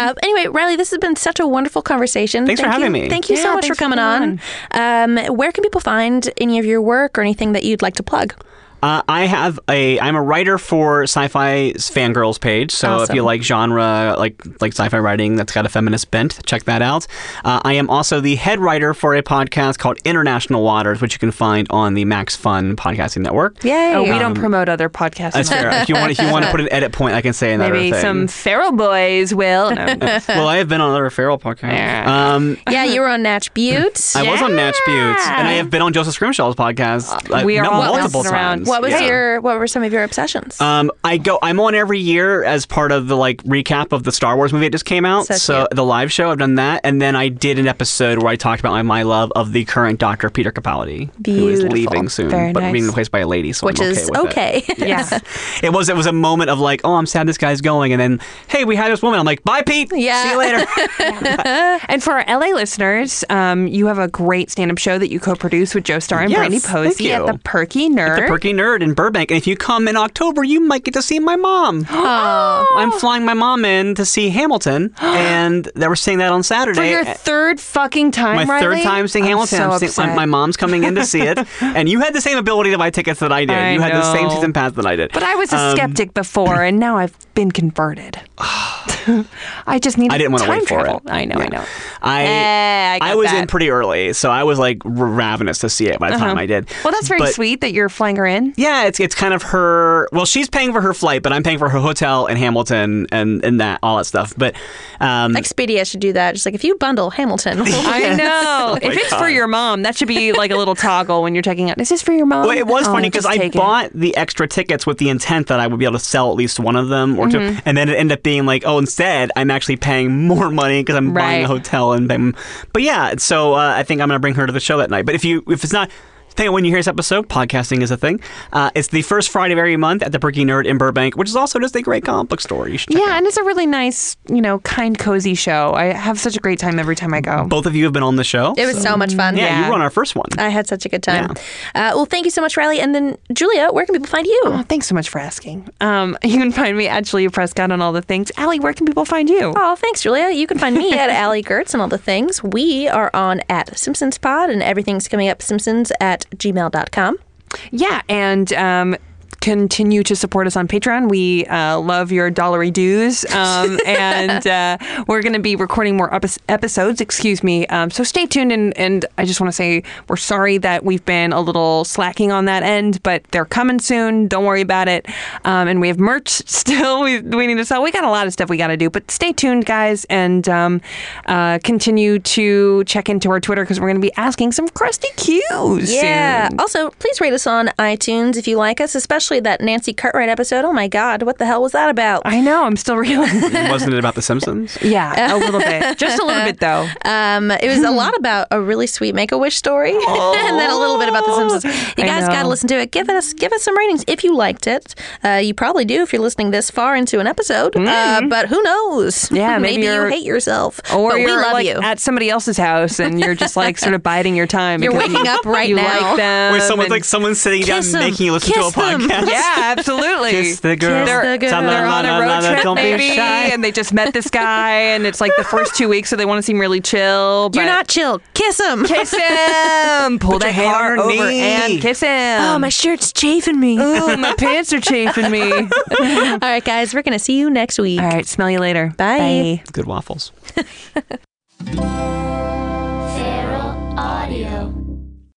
Uh, anyway, Riley, this has been such a wonderful conversation.
Thanks for
Thank
having
you-
me.
Thank you so
Yeah,
much for
thanks for
coming on. Um, where can people find any of your work or anything that you'd like to plug?
Uh, I have a. I'm a writer for Sci-Fi's Fangirls page. So if
Awesome.
you like genre, like like sci-fi writing that's got a feminist bent, check that out. Uh, I am also the head writer for a podcast called International Waters, which you can find on the Max Fun podcasting network.
Oh, we
Um,
don't promote other podcasts.
That's fair. If you want, if you want to put an edit point, I can say another
maybe
thing.
some feral boys will. No.
[laughs]
well, I have been on other feral podcasts. Um,
[laughs] Yeah, you were on Natch Butte.
I was on Natch Buttes, and I have been on Joseph Scrimshaw's podcast. uh,
we are
no,
all
multiple
messing around.
times.
What was
Yeah.
your What were some of your obsessions?
Um, I go. I'm on every year as part of the like recap of the Star Wars movie that just came out.
So
So, the live show, I've done that, and then I did an episode where I talked about my, my love of the current Doctor Peter Capaldi, who is
Beautiful.
leaving soon,
Very
but
nice.
being replaced by a lady. So
which
I'm okay
is
with it. [laughs]
okay.
[laughs] Yeah.
It was it was a moment of like, oh, I'm sad this guy's going, and then hey, we had this woman. I'm like, bye, Pete.
Yeah.
See you later.
[laughs]
[laughs]
and for our LA listeners, um, you have a great stand-up show that you co-produce with Joe Starr and
Yes,
Brandy
thank
Posey at
you.
the Perky Nerd.
[laughs] the Perky Nerd in Burbank, and if you come in October, you might get to see my mom.
[gasps] Oh.
I'm flying my mom in to see
[gasps]
Hamilton, and they were seeing that on Saturday.
for your third fucking time,
my
Riley?
third time seeing
I'm
Hamilton.
so
I'm seeing- my-
upset.
my mom's coming in to see
[laughs]
it, and you had the same ability to buy tickets that I did.
I
you had the same
know.
season pass that I did.
But I was a
Um,
skeptic before, and now I've been
[sighs]
converted. I just need.
I didn't want to
time
wait for
travel.
it.
I know. I
Yeah.
know.
I
Eh, I
I,
got
was
that.
in pretty early, so I was like r- ravenous to see it by the time
Uh-huh.
I did.
Well, that's very
But-
sweet that you're flying her in.
Yeah, it's it's kind of her. Well, she's paying for her flight, but I'm paying for her hotel in Hamilton and and that all that stuff. But um,
Expedia should do that. Just like if you
[laughs]
bundle Hamilton,
I know.
Oh my
if it's for
God.
your mom, that should be like a little toggle when you're checking out. Is this for your mom?
Well, it was
Oh,
funny because
just
I
take it.
bought the extra tickets with the intent that I would be able to sell at least one of them or
Mhm.
two, and then it ended up being like, oh, instead I'm actually paying [laughs] more money because I'm buying
Right.
a hotel and then. But yeah, so uh, I think I'm gonna bring her to the show that night. But if you if it's not. Thing when you hear this episode, podcasting is a thing. Uh, it's the first Friday of every month at the Perky Nerd in Burbank, which is also just a great comic book store. You should check it out.
Yeah, and it's a really nice, you know, kind, cozy show. I have such a great time every time I go.
Both of you have been on the show.
It was so much fun.
Yeah,
Yeah.
you were on our first
[laughs]
one.
I had such a good time. Uh, well, thank you so much, Riley. And then Julia, where can people find you?
Oh, thanks so much for asking. Um, [laughs] you can find me at Julia Prescott on all the things. Allie, where can people find you?
Oh, thanks, Julia. You can
[laughs]
find me at Allie Gertz and all the things. We are on at Simpsons Pod, and everything's coming up Simpsons at gmail.com.
Yeah, and um, continue to support us on Patreon. We uh, love your dollary dues, um, and uh, we're going to be recording more epis episodes. Excuse me. Um, so stay tuned, and, and I just want to say we're sorry that we've been a little slacking on that end, but they're coming soon. Don't worry about it. Um, and we have merch [laughs] still. We we need to sell. We got a lot of stuff we got to do, but stay tuned, guys, and um, uh, continue to check into our Twitter because we're going to be asking some crusty Qs.
Yeah.
soon.
Also, please rate us on iTunes if you like us, especially especially that Nancy Cartwright episode. Oh my God, what the hell was that about?
I know. I'm still [laughs] reeling.
Wasn't it about The Simpsons?
yeah, a little bit, just a little
[laughs]
bit though.
Um, it
[laughs]
was a lot about a really sweet Make a Wish story, [laughs] and then a little bit about The Simpsons. You
Oh, I
guys
know.
got to listen to it. Give us give us some ratings if you liked it. Uh, you probably do if you're listening this far into an episode. Uh, but who knows? [laughs]
Mm. Yeah, maybe
you
you're-
hate yourself,
Or
but
you're
we love
like
you.
at somebody else's house and you're just like sort of biding your time.
You're
because
waking
you-
up right
you
now.
Like them
Wait, someone's
and-
like someone's sitting down
Kiss 'em.
making you listen
Kiss
to a
them.
podcast.
[laughs] Yeah, absolutely.
Kiss the girl.
Kiss the girl.
Ta- la-
They're
la-
on
la- la-
a road
la-
trip,
Don't
maybe,
be shy.
and they just met this guy, and it's like the first two weeks, so they want to seem really chill. But
you're not chill. Kiss him. [laughs]
kiss him. Pull
Put your
that
hand on
car
her
over
knee.
and kiss him.
Oh, my shirt's chafing me. All
Ooh, [laughs] my pants are chafing me. All
right, guys, we're gonna see you next week.
right, smell you later.
Bye.
Good waffles.
Feral Audio.